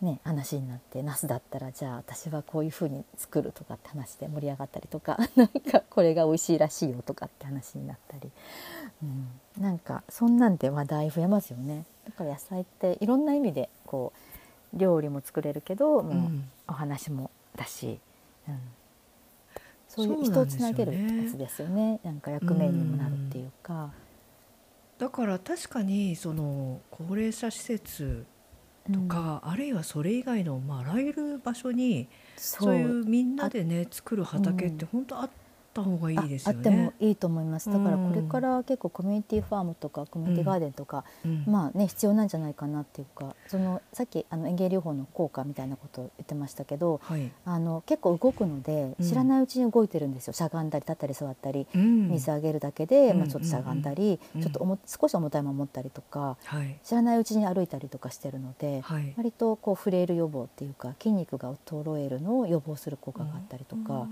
Speaker 2: ね、話になってナスだったらじゃあ私はこういうふうに作るとかって話で盛り上がったりとか なんかこれが美味しいらしいよとかって話になったり、うん、なんかそんなんで話題増えますよね。だから野菜っていろんな意味でこう料理も作れるけど、もう
Speaker 1: うん
Speaker 2: お話もだし、うん、そう
Speaker 1: そう
Speaker 2: いう人
Speaker 1: な
Speaker 2: を
Speaker 1: んで
Speaker 2: つ
Speaker 1: すよ
Speaker 2: な
Speaker 1: ね
Speaker 2: げるやつですよねなんか役目にもなるっていうか。
Speaker 1: だから確かにその高齢者施設とか、あるいはそれ以外の、まあ、あらゆる場所に
Speaker 2: そ
Speaker 1: そういうみんなでね作る畑って本当あった方がいいですよ
Speaker 2: ああっても
Speaker 1: ね。
Speaker 2: いいと思いますだからこれから結構コミュニティファームとかコミュニティガーデンとか、まあね必要なんじゃないかなっていうかそのさっきあの園芸療法の効果みたいなことを言ってましたけど
Speaker 1: あ、はい。
Speaker 2: あの結構動くので
Speaker 1: うん
Speaker 2: 知らないうちに動いてるんですよ、しゃがんだり立ったり座ったり。
Speaker 1: うん
Speaker 2: 水あげるだけで、
Speaker 1: うん
Speaker 2: まあ、ちょっとしゃがんだり、
Speaker 1: うん
Speaker 2: ちょっとおも少し重たいもの持ったりとか
Speaker 1: はい。
Speaker 2: 知らないうちに歩いたりとかしてるので、
Speaker 1: はい。
Speaker 2: 割とこうフレイル予防っていうか筋肉が衰えるのを予防する効果があったりとか、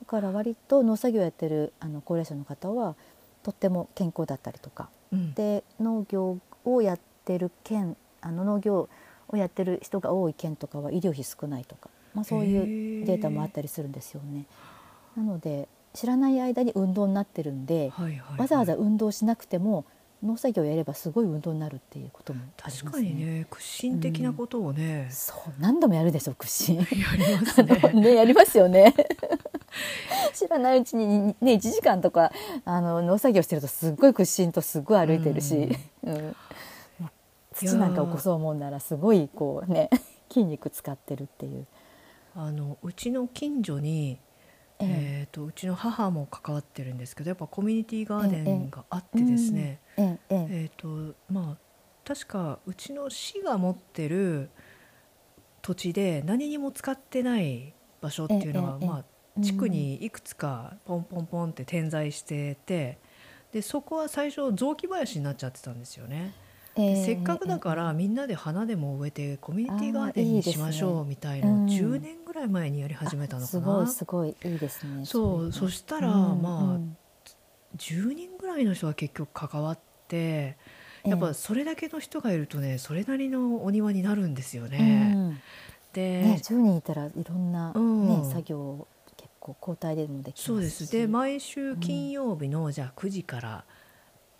Speaker 2: だから割と農作業やってるあの高齢者の方はとっても健康だったりとか
Speaker 1: うん。
Speaker 2: で農業をやってる県あの農業をやってる人が多い県とかは医療費少ないとか、まあ、そう
Speaker 1: へ
Speaker 2: い
Speaker 1: ー
Speaker 2: うデータもあったりするんですよね。なので知らない間に運動になってるんで、
Speaker 1: はいはい。
Speaker 2: わざわざ運動しなくても農作業をやればすごい運動になるっていうこともありますね。
Speaker 1: 確かにね、屈伸的なことをね、
Speaker 2: そう何度もやるでしょ屈伸。
Speaker 1: やりますね。
Speaker 2: ね、やりますよね。 知らないうちに、ね、1時間とかあの農作業してるとすっごい屈伸とすっごい歩いてるし、うんもう土なんか起こそうもんならすごいこう ね筋肉使ってるっていう。
Speaker 1: あのうちの近所に、
Speaker 2: ええ
Speaker 1: えっとうちの母も関わってるんですけど、やっぱコミュニティガーデンがあってですね。
Speaker 2: ええええ
Speaker 1: えっとまあ確かうちの市が持ってる土地で何にも使ってない場所っていうのが
Speaker 2: ええええ
Speaker 1: まあ地区にいくつかポンポンポンって点在してて。でそこは最初雑木林になっちゃってたんですよね。
Speaker 2: え
Speaker 1: で
Speaker 2: え
Speaker 1: せっかくだからみんなで花でも植えてコミュニティガーデン
Speaker 2: あーい
Speaker 1: に
Speaker 2: いです
Speaker 1: し
Speaker 2: ね
Speaker 1: ましょうみたいのを
Speaker 2: うん
Speaker 1: 10年ぐらい前にやり始めたのか
Speaker 2: すごい
Speaker 1: な。
Speaker 2: すごいいいですね。
Speaker 1: そう
Speaker 2: そ
Speaker 1: そう
Speaker 2: い
Speaker 1: した
Speaker 2: う
Speaker 1: ら
Speaker 2: のうん
Speaker 1: ま
Speaker 2: う
Speaker 1: あ
Speaker 2: ん
Speaker 1: 10人ぐらいの人が結局関わってやっ
Speaker 2: え
Speaker 1: ぱそれだけの人がいるとねそれなりのお庭になるんですよ
Speaker 2: えう
Speaker 1: ね。
Speaker 2: んね
Speaker 1: で
Speaker 2: 10人いたらいろんな、ね
Speaker 1: うん
Speaker 2: 作業を結構交代でもできますし
Speaker 1: そうですで毎週金曜日のじゃあ9時から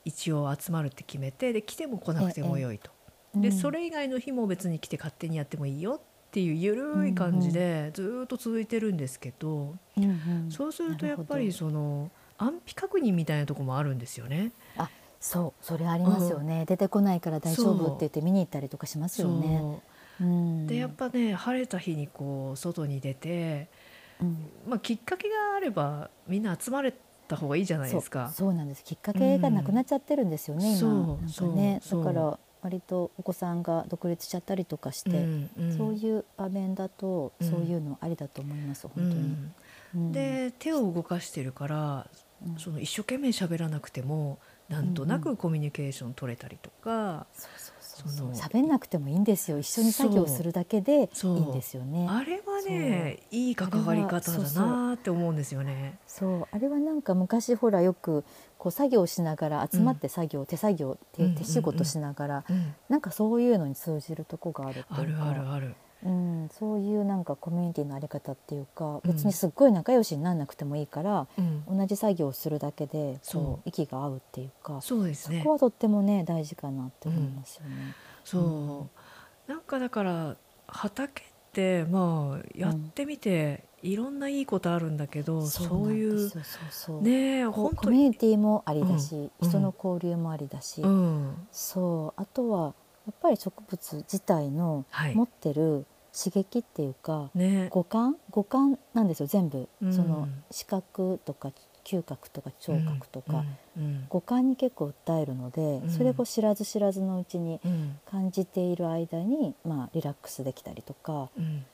Speaker 1: 一応集まるって決めてで来ても来なくてもよいと。
Speaker 2: う
Speaker 1: で
Speaker 2: ん
Speaker 1: それ以外の日も別に来て勝手にやってもいいよっていうゆるい感じでずーっと続いてるんですけど、
Speaker 2: うんうん
Speaker 1: そうするとやっぱ
Speaker 2: なる
Speaker 1: り
Speaker 2: ほど
Speaker 1: その安否確認みたいなとこもあるんですよね。
Speaker 2: あそうそれありますよね、出てこないから大丈夫って言って見に行ったりとかしますよね。う、
Speaker 1: うんでやっぱね晴れた日にこう外に出て、
Speaker 2: うん
Speaker 1: まあ、きっかけがあればみんな集まれた方がいいじゃないですか。
Speaker 2: そうそうなんですきっかけがなくなっちゃってるんですよね、
Speaker 1: うん
Speaker 2: 今なんか
Speaker 1: そう
Speaker 2: ね
Speaker 1: そうそう
Speaker 2: だから割とお子さんが独立しちゃったりとかして、
Speaker 1: うんうん
Speaker 2: そういう場面だと、
Speaker 1: うん
Speaker 2: そういうのありだと思います本当に。うん
Speaker 1: うんで手を動かしてるから
Speaker 2: うん
Speaker 1: その一生懸命喋らなくてもなんとな
Speaker 2: うんう
Speaker 1: くコミュニケーション取れたりとか、
Speaker 2: そうそうそうそう
Speaker 1: その
Speaker 2: 喋んなくてもいいんですよ一緒に作業するだけでいい
Speaker 1: そうん
Speaker 2: ですよね。
Speaker 1: あれはねいい関わり方だなって思うんですよね。
Speaker 2: そうあれはなんか昔ほらよくこう作業しながら集まって作業、手作業手,、
Speaker 1: うんうんうん
Speaker 2: 手仕事しながら
Speaker 1: うん
Speaker 2: なんかそういうのに通じるとこがあるって
Speaker 1: あ
Speaker 2: いう
Speaker 1: る
Speaker 2: か
Speaker 1: あるある。
Speaker 2: うん、そういうなんかコミュニティのあり方っていうか
Speaker 1: うん
Speaker 2: 別にすっごい仲良しにならなくてもいいから、
Speaker 1: うん
Speaker 2: 同じ作業をするだけで
Speaker 1: そう
Speaker 2: こう息が合うっていうかそ
Speaker 1: そうですね。
Speaker 2: こはとってもね大事かなって思いますよね。
Speaker 1: そうなんかだから畑ってまあやってみていろんないいことあるんだけど、そうい
Speaker 2: なん
Speaker 1: う
Speaker 2: ですよそうそう
Speaker 1: ねえ
Speaker 2: こ
Speaker 1: 本
Speaker 2: うコ
Speaker 1: 当
Speaker 2: ミュ
Speaker 1: に
Speaker 2: ニティもありだし、
Speaker 1: うん
Speaker 2: 人の交流もありだし、
Speaker 1: うん
Speaker 2: そうあとはやっぱり植物自体の
Speaker 1: はい
Speaker 2: 持ってる刺激っていうか
Speaker 1: ね
Speaker 2: 五感五感なんですよ全部、
Speaker 1: うん
Speaker 2: その視覚とか嗅覚とか聴覚とか、
Speaker 1: うん
Speaker 2: 五感に結構訴えるので、
Speaker 1: ん
Speaker 2: それを知らず知らずのうちに
Speaker 1: うんうん
Speaker 2: 感じている間に、まあ、リラックスできたりとか
Speaker 1: うん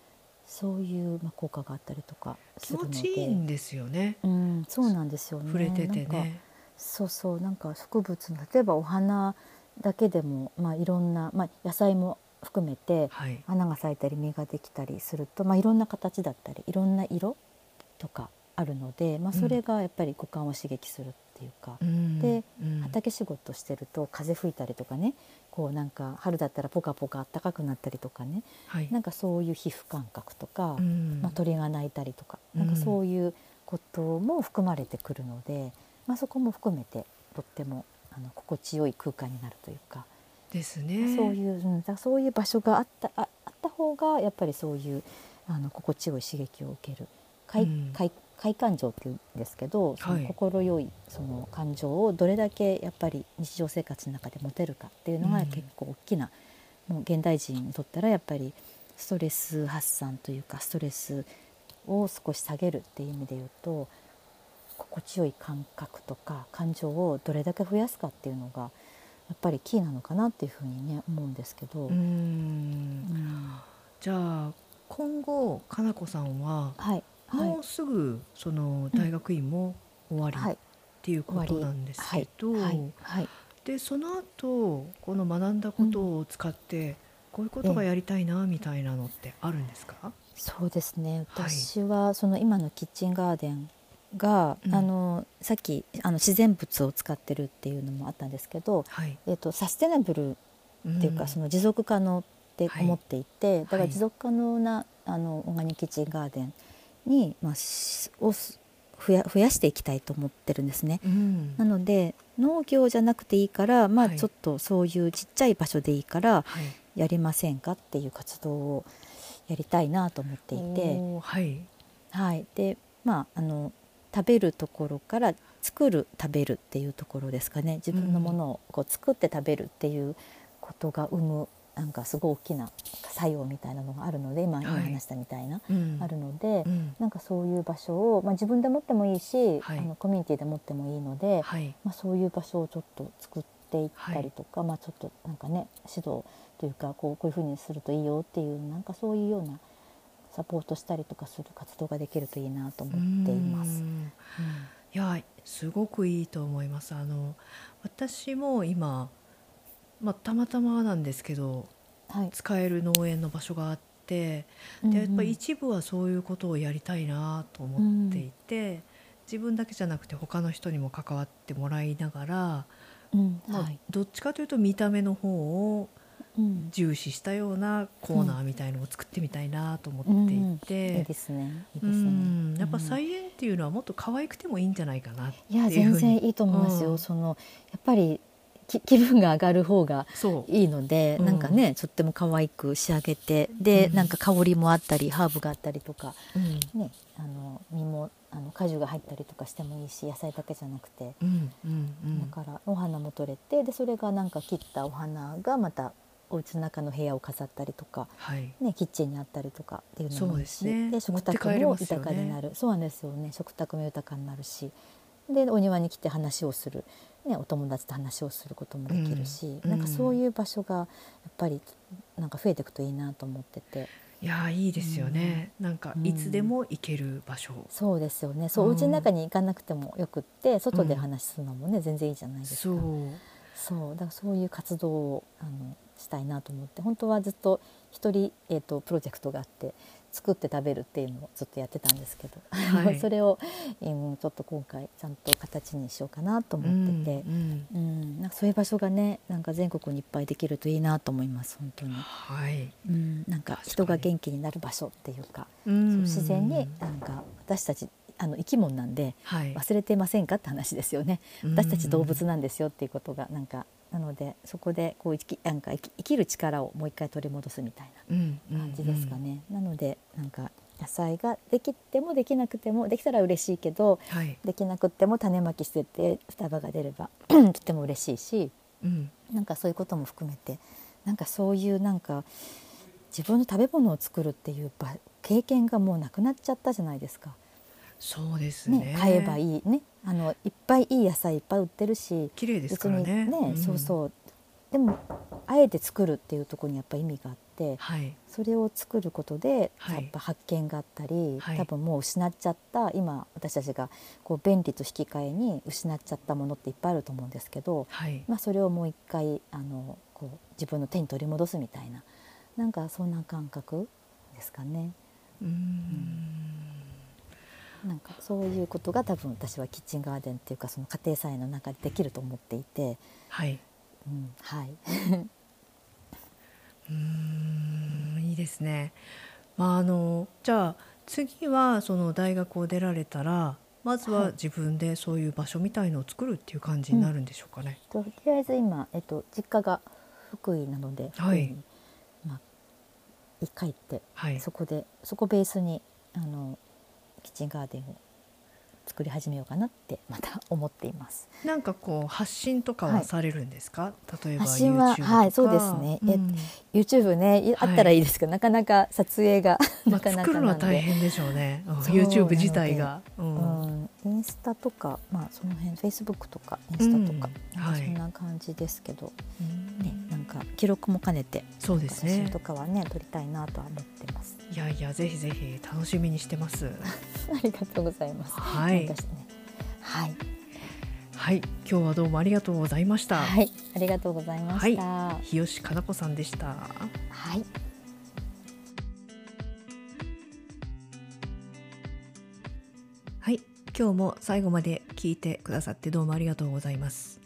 Speaker 2: そういう、まあ、効果があったりとかす
Speaker 1: 気
Speaker 2: るの
Speaker 1: 持
Speaker 2: で
Speaker 1: ちいいんですよね
Speaker 2: うん、そうなんですよね
Speaker 1: 触れてて
Speaker 2: なんか
Speaker 1: ね
Speaker 2: そうそうなんか植物の例えばお花だけでも、まあ、いろんな、まあ、野菜も含めて
Speaker 1: はい
Speaker 2: 花が咲いたり実ができたりすると、まあ、いろんな形だったりいろんな色とかあるので、まあ、
Speaker 1: うん
Speaker 2: それがやっぱり五感を刺激するっていうか、
Speaker 1: うん
Speaker 2: で
Speaker 1: うん
Speaker 2: 畑仕事してると風吹いたりとかねこうなんか春だったらポカポカ暖かくなったりとかね
Speaker 1: はい
Speaker 2: なんかそういう皮膚感覚とか、
Speaker 1: うん
Speaker 2: まあ、鳥が鳴いたりとか、
Speaker 1: うん
Speaker 2: なんかそういうことも含まれてくるので、まあ、そこも含めてとってもあの心地よい空間になるというか、
Speaker 1: ですね
Speaker 2: そういう、うん、だからそういう場所があったああった方がやっぱりそういうあの心地よい刺激を受ける快,、
Speaker 1: うん
Speaker 2: 快快感情っていうんですけどそ
Speaker 1: はい
Speaker 2: の心よいその感情をどれだけやっぱり日常生活の中で持てるかっていうの
Speaker 1: う
Speaker 2: が
Speaker 1: ん
Speaker 2: 結構大きな、もう現代人にとったらやっぱりストレス発散というかストレスを少し下げるっていう意味で言うと心地よい感覚とか感情をどれだけ増やすかっていうのがやっぱりキーなのかなっていうふうにね思うんですけど、
Speaker 1: うん
Speaker 2: うん
Speaker 1: じゃあ今後かなこさんは
Speaker 2: はいはい
Speaker 1: もうすぐその大学院も終わ
Speaker 2: は
Speaker 1: りっ
Speaker 2: い
Speaker 1: ていうことなんですけど、
Speaker 2: はいはい
Speaker 1: でその後この学んだことを使って、こういうことがやりたいなみたいなのってあるんですか、
Speaker 2: そうですね
Speaker 1: はい
Speaker 2: 私はその今のキッチンガーデンが、
Speaker 1: うん
Speaker 2: あのさっきあの自然物を使ってるっていうのもあったんですけど、
Speaker 1: はい、
Speaker 2: えっとサステナブルっていうか、その持続可能って思っていて、だか
Speaker 1: は
Speaker 2: ら
Speaker 1: い
Speaker 2: 持続可能なあのオーガニックキッチンガーデンに、まあ、しをす増や増やしていきたいと思ってるんですね。
Speaker 1: うん
Speaker 2: なので農業じゃなくていいから、まあ、
Speaker 1: はい
Speaker 2: ちょっとそういうちっちゃい場所でいいから
Speaker 1: はい、
Speaker 2: やりませんかっていう活動をやりたいなと思っていて、
Speaker 1: おーはい、
Speaker 2: はい、でまああの食べるところから作る食べるっていうところですかね自分のものをこう作って食べるっていうことが生むなんかすごい大きな作用みたいなのがあるので今今
Speaker 1: はい
Speaker 2: 話したみたいな、
Speaker 1: うん
Speaker 2: あるので、
Speaker 1: うん
Speaker 2: なんかそういう場所を、まあ、自分で持ってもいいし、
Speaker 1: はい
Speaker 2: あのコミュニティで持ってもいいので、
Speaker 1: はい、
Speaker 2: まあ、そういう場所をちょっと作っていったりとか、まあ、ちょっとなんかね指導というかこうこういうふうにするといいよっていうなんかそういうようなサポートしたりとかする活動ができるといいなと思っています
Speaker 1: う。んいやすごくいいと思いますあの私も今、まあ、たまたまなんですけど
Speaker 2: はい、
Speaker 1: 使える農園の場所があってでやっぱり一部はそういうことをやりたいなと思っていて、自分だけじゃなくて他の人にも関わってもらいながら、
Speaker 2: うんうん
Speaker 1: まあ
Speaker 2: はい
Speaker 1: どっちかというと見た目の方を
Speaker 2: うん
Speaker 1: 重視したようなコーナーみたいのを作ってみたいなと思っていて。
Speaker 2: いいですね。いいうですね
Speaker 1: んやっぱ
Speaker 2: うん
Speaker 1: 菜園っていうのはもっと可愛くてもいいんじゃないかなって
Speaker 2: い
Speaker 1: いう
Speaker 2: や
Speaker 1: ふ
Speaker 2: 全
Speaker 1: うに
Speaker 2: 然いいと思いますよ。
Speaker 1: うん
Speaker 2: そのやっぱりき気分が上がる方が
Speaker 1: そう
Speaker 2: いいので、
Speaker 1: うん
Speaker 2: なんかねとっても可愛く仕上げてで、
Speaker 1: うん
Speaker 2: なんか香りもあったりハーブがあったりとか、
Speaker 1: うん
Speaker 2: ね、あの実もあの果樹が入ったりとかしてもいいし野菜だけじゃなくて、
Speaker 1: うんうんうん
Speaker 2: だからお花も取れてでそれがなんか切ったお花がまたお家の中の部屋を飾ったりとか、
Speaker 1: はい
Speaker 2: ね、キッチンにあったりとかっていうの
Speaker 1: そう
Speaker 2: もい
Speaker 1: で
Speaker 2: い
Speaker 1: す
Speaker 2: し
Speaker 1: ね持
Speaker 2: 食
Speaker 1: って
Speaker 2: 卓
Speaker 1: 帰れ
Speaker 2: も
Speaker 1: ますよ
Speaker 2: 豊
Speaker 1: ね
Speaker 2: かになる、そうなんですよね食卓も豊かになるしでお庭に来て話をする、ね、お友達と話をすることもできるし、
Speaker 1: うん
Speaker 2: なんかそういう場所がやっぱりなんか増えていくといいなと思ってて。
Speaker 1: いやーいいですよね、なんか
Speaker 2: うん
Speaker 1: いつでも行ける場所、
Speaker 2: そうですよね。そう、
Speaker 1: うん
Speaker 2: お家の中に行かなくてもよくって、外で話するのもね、全然いいじゃないです
Speaker 1: そう
Speaker 2: か。そう、だからそういう活動をあのしたいなと思って、本当はずっと一人えっ、とプロジェクトがあって作って食べるっていうのをずっとやってたんですけど、
Speaker 1: はい
Speaker 2: それを、うん、ちょっと今回ちゃんと形にしようかなと思ってて
Speaker 1: う、んうん
Speaker 2: うん、なんかそういう場所がね、なんか全国にいっぱいできるといいなと思います。本当に、
Speaker 1: はい、
Speaker 2: うん、なんか
Speaker 1: 確かに
Speaker 2: 人が元気になる場所っていうか。
Speaker 1: うん
Speaker 2: そう自然になんか私たちあの生き物なんで
Speaker 1: はい、
Speaker 2: 忘れてませんかって話ですよね
Speaker 1: うん
Speaker 2: 私たち動物なんですよっていうことがなんかなのでそこでこう生きなんか生き生きる力をもう一回取り戻すみたい
Speaker 1: うん
Speaker 2: な感じですか、ね、なのでなんか野菜ができてもできなくてもできたら嬉しいけど
Speaker 1: うんうんはい、
Speaker 2: できなくっても種まきしてて双葉が出れば とても嬉しいし
Speaker 1: うん
Speaker 2: なんかそういうことも含めてなんかそういうなんか自分の食べ物を作るっていうば経験がもうなくなっちゃったじゃないですか、
Speaker 1: そうですね
Speaker 2: ね、買えばいいねあのいっぱいいい野菜いっぱい売ってるし
Speaker 1: 綺麗ですから
Speaker 2: 別
Speaker 1: ね
Speaker 2: にね、
Speaker 1: ん
Speaker 2: そうそうでもあえて作るっていうところにやっぱ意味があって
Speaker 1: はい
Speaker 2: それを作ることで、
Speaker 1: はい
Speaker 2: やっぱ発見があったり、
Speaker 1: はい
Speaker 2: 多分もう失っちゃった今私たちがこう便利と引き換えに失っちゃったものっていっぱいあると思うんですけど、
Speaker 1: はい
Speaker 2: まあ、それをもう一回あのこう自分の手に取り戻すみたいななんかそんな感覚ですかね
Speaker 1: うーん
Speaker 2: なんかそういうことが多分私はキッチンガーデンっていうかその家庭菜園の中でできると思っていて、
Speaker 1: はい
Speaker 2: うん、はい
Speaker 1: うーんいいですね。まああのじゃあ次はその大学を出られたらまず
Speaker 2: は
Speaker 1: はい自分でそういう場所みたいのを作るっていう感じになるんでしょうかね。
Speaker 2: とりあえず今、えっと、実家が福井なので、
Speaker 1: はい
Speaker 2: 福井にまあ、一回行って
Speaker 1: はい。
Speaker 2: そこでそこベースにあのキッチンガーデンを作り始めようかなってまた思っています。
Speaker 1: なんかこう発信とか
Speaker 2: は
Speaker 1: はいされるんですか。例えば
Speaker 2: 発信は
Speaker 1: YouTube とか。
Speaker 2: はいそうですねえ
Speaker 1: うん
Speaker 2: YouTube ねいあ
Speaker 1: はい
Speaker 2: ったらいいですけど、なかなか撮影が
Speaker 1: ま
Speaker 2: な
Speaker 1: あ
Speaker 2: かな
Speaker 1: 作
Speaker 2: か
Speaker 1: るの
Speaker 2: な
Speaker 1: は
Speaker 2: ん
Speaker 1: 大
Speaker 2: で、
Speaker 1: 変でしょうね。うん
Speaker 2: そうなので
Speaker 1: YouTube 自体が。う
Speaker 2: うんん、インスタとかまあその辺 Facebook とかインスタと
Speaker 1: うん
Speaker 2: か,、なんか
Speaker 1: はい
Speaker 2: そんな感じですけど、
Speaker 1: うん
Speaker 2: ねなんか記録も兼ねて
Speaker 1: そうです
Speaker 2: 写
Speaker 1: ね
Speaker 2: 真と。かはね撮りたいなとは思ってます。
Speaker 1: いやいやぜひぜひ楽しみにしてます。
Speaker 2: ありがとうございます。
Speaker 1: はい
Speaker 2: なんかねはい
Speaker 1: はい今日はどうもありがとうございました。
Speaker 2: はいありがとうございました。はい。
Speaker 1: 日吉かな子さんでした。はい、今日も最後まで聞いてくださってどうもありがとうございます。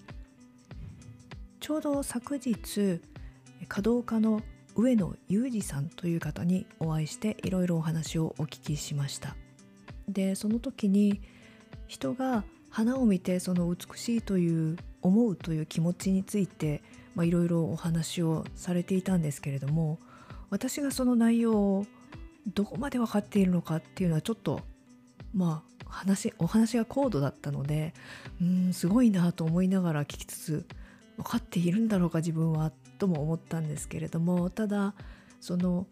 Speaker 1: ちょうど昨日、華道家の上野裕二さんという方にお会いしていろいろお話をお聞きしました。で、その時に人が花を見てその美しいという思うという気持ちについてまあいろいろお話をされていたんですけれども私がその内容をどこまで分かっているのかっていうのはちょっとまあ話お話が高度だったのでうーんすごいなと思いながら聞きつつ分かっているんだろうか自分はとも思ったんですけれどもただその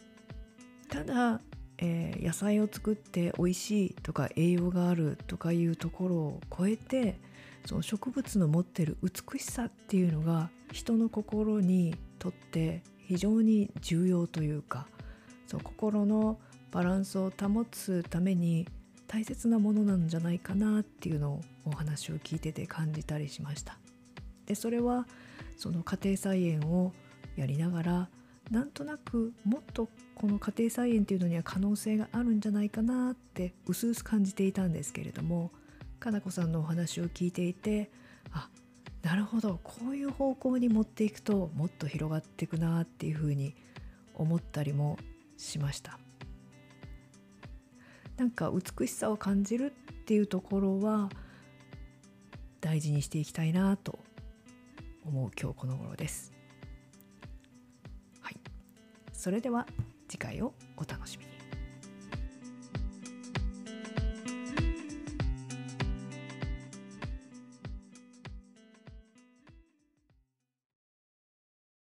Speaker 1: ただ、えー野菜を作って美味しいとか栄養があるとかいうところを超えてその植物の持ってる美しさっていうのが人の心にとって非常に重要というかそう心のバランスを保つために大切なものなんじゃないかなっていうのをお話を聞いてて感じたりしました。でそれはその家庭菜園をやりながらなんとなくもっとこの家庭菜園っていうのには可能性があるんじゃないかなって薄々感じていたんですけれどもかなこさんのお話を聞いていてあなるほどこういう方向に持っていくともっと広がっていくなっていうふうに思ったりもしました。なんか美しさを感じるっていうところは大事にしていきたいなと思う今日この頃です。はい、それでは次回をお楽しみに。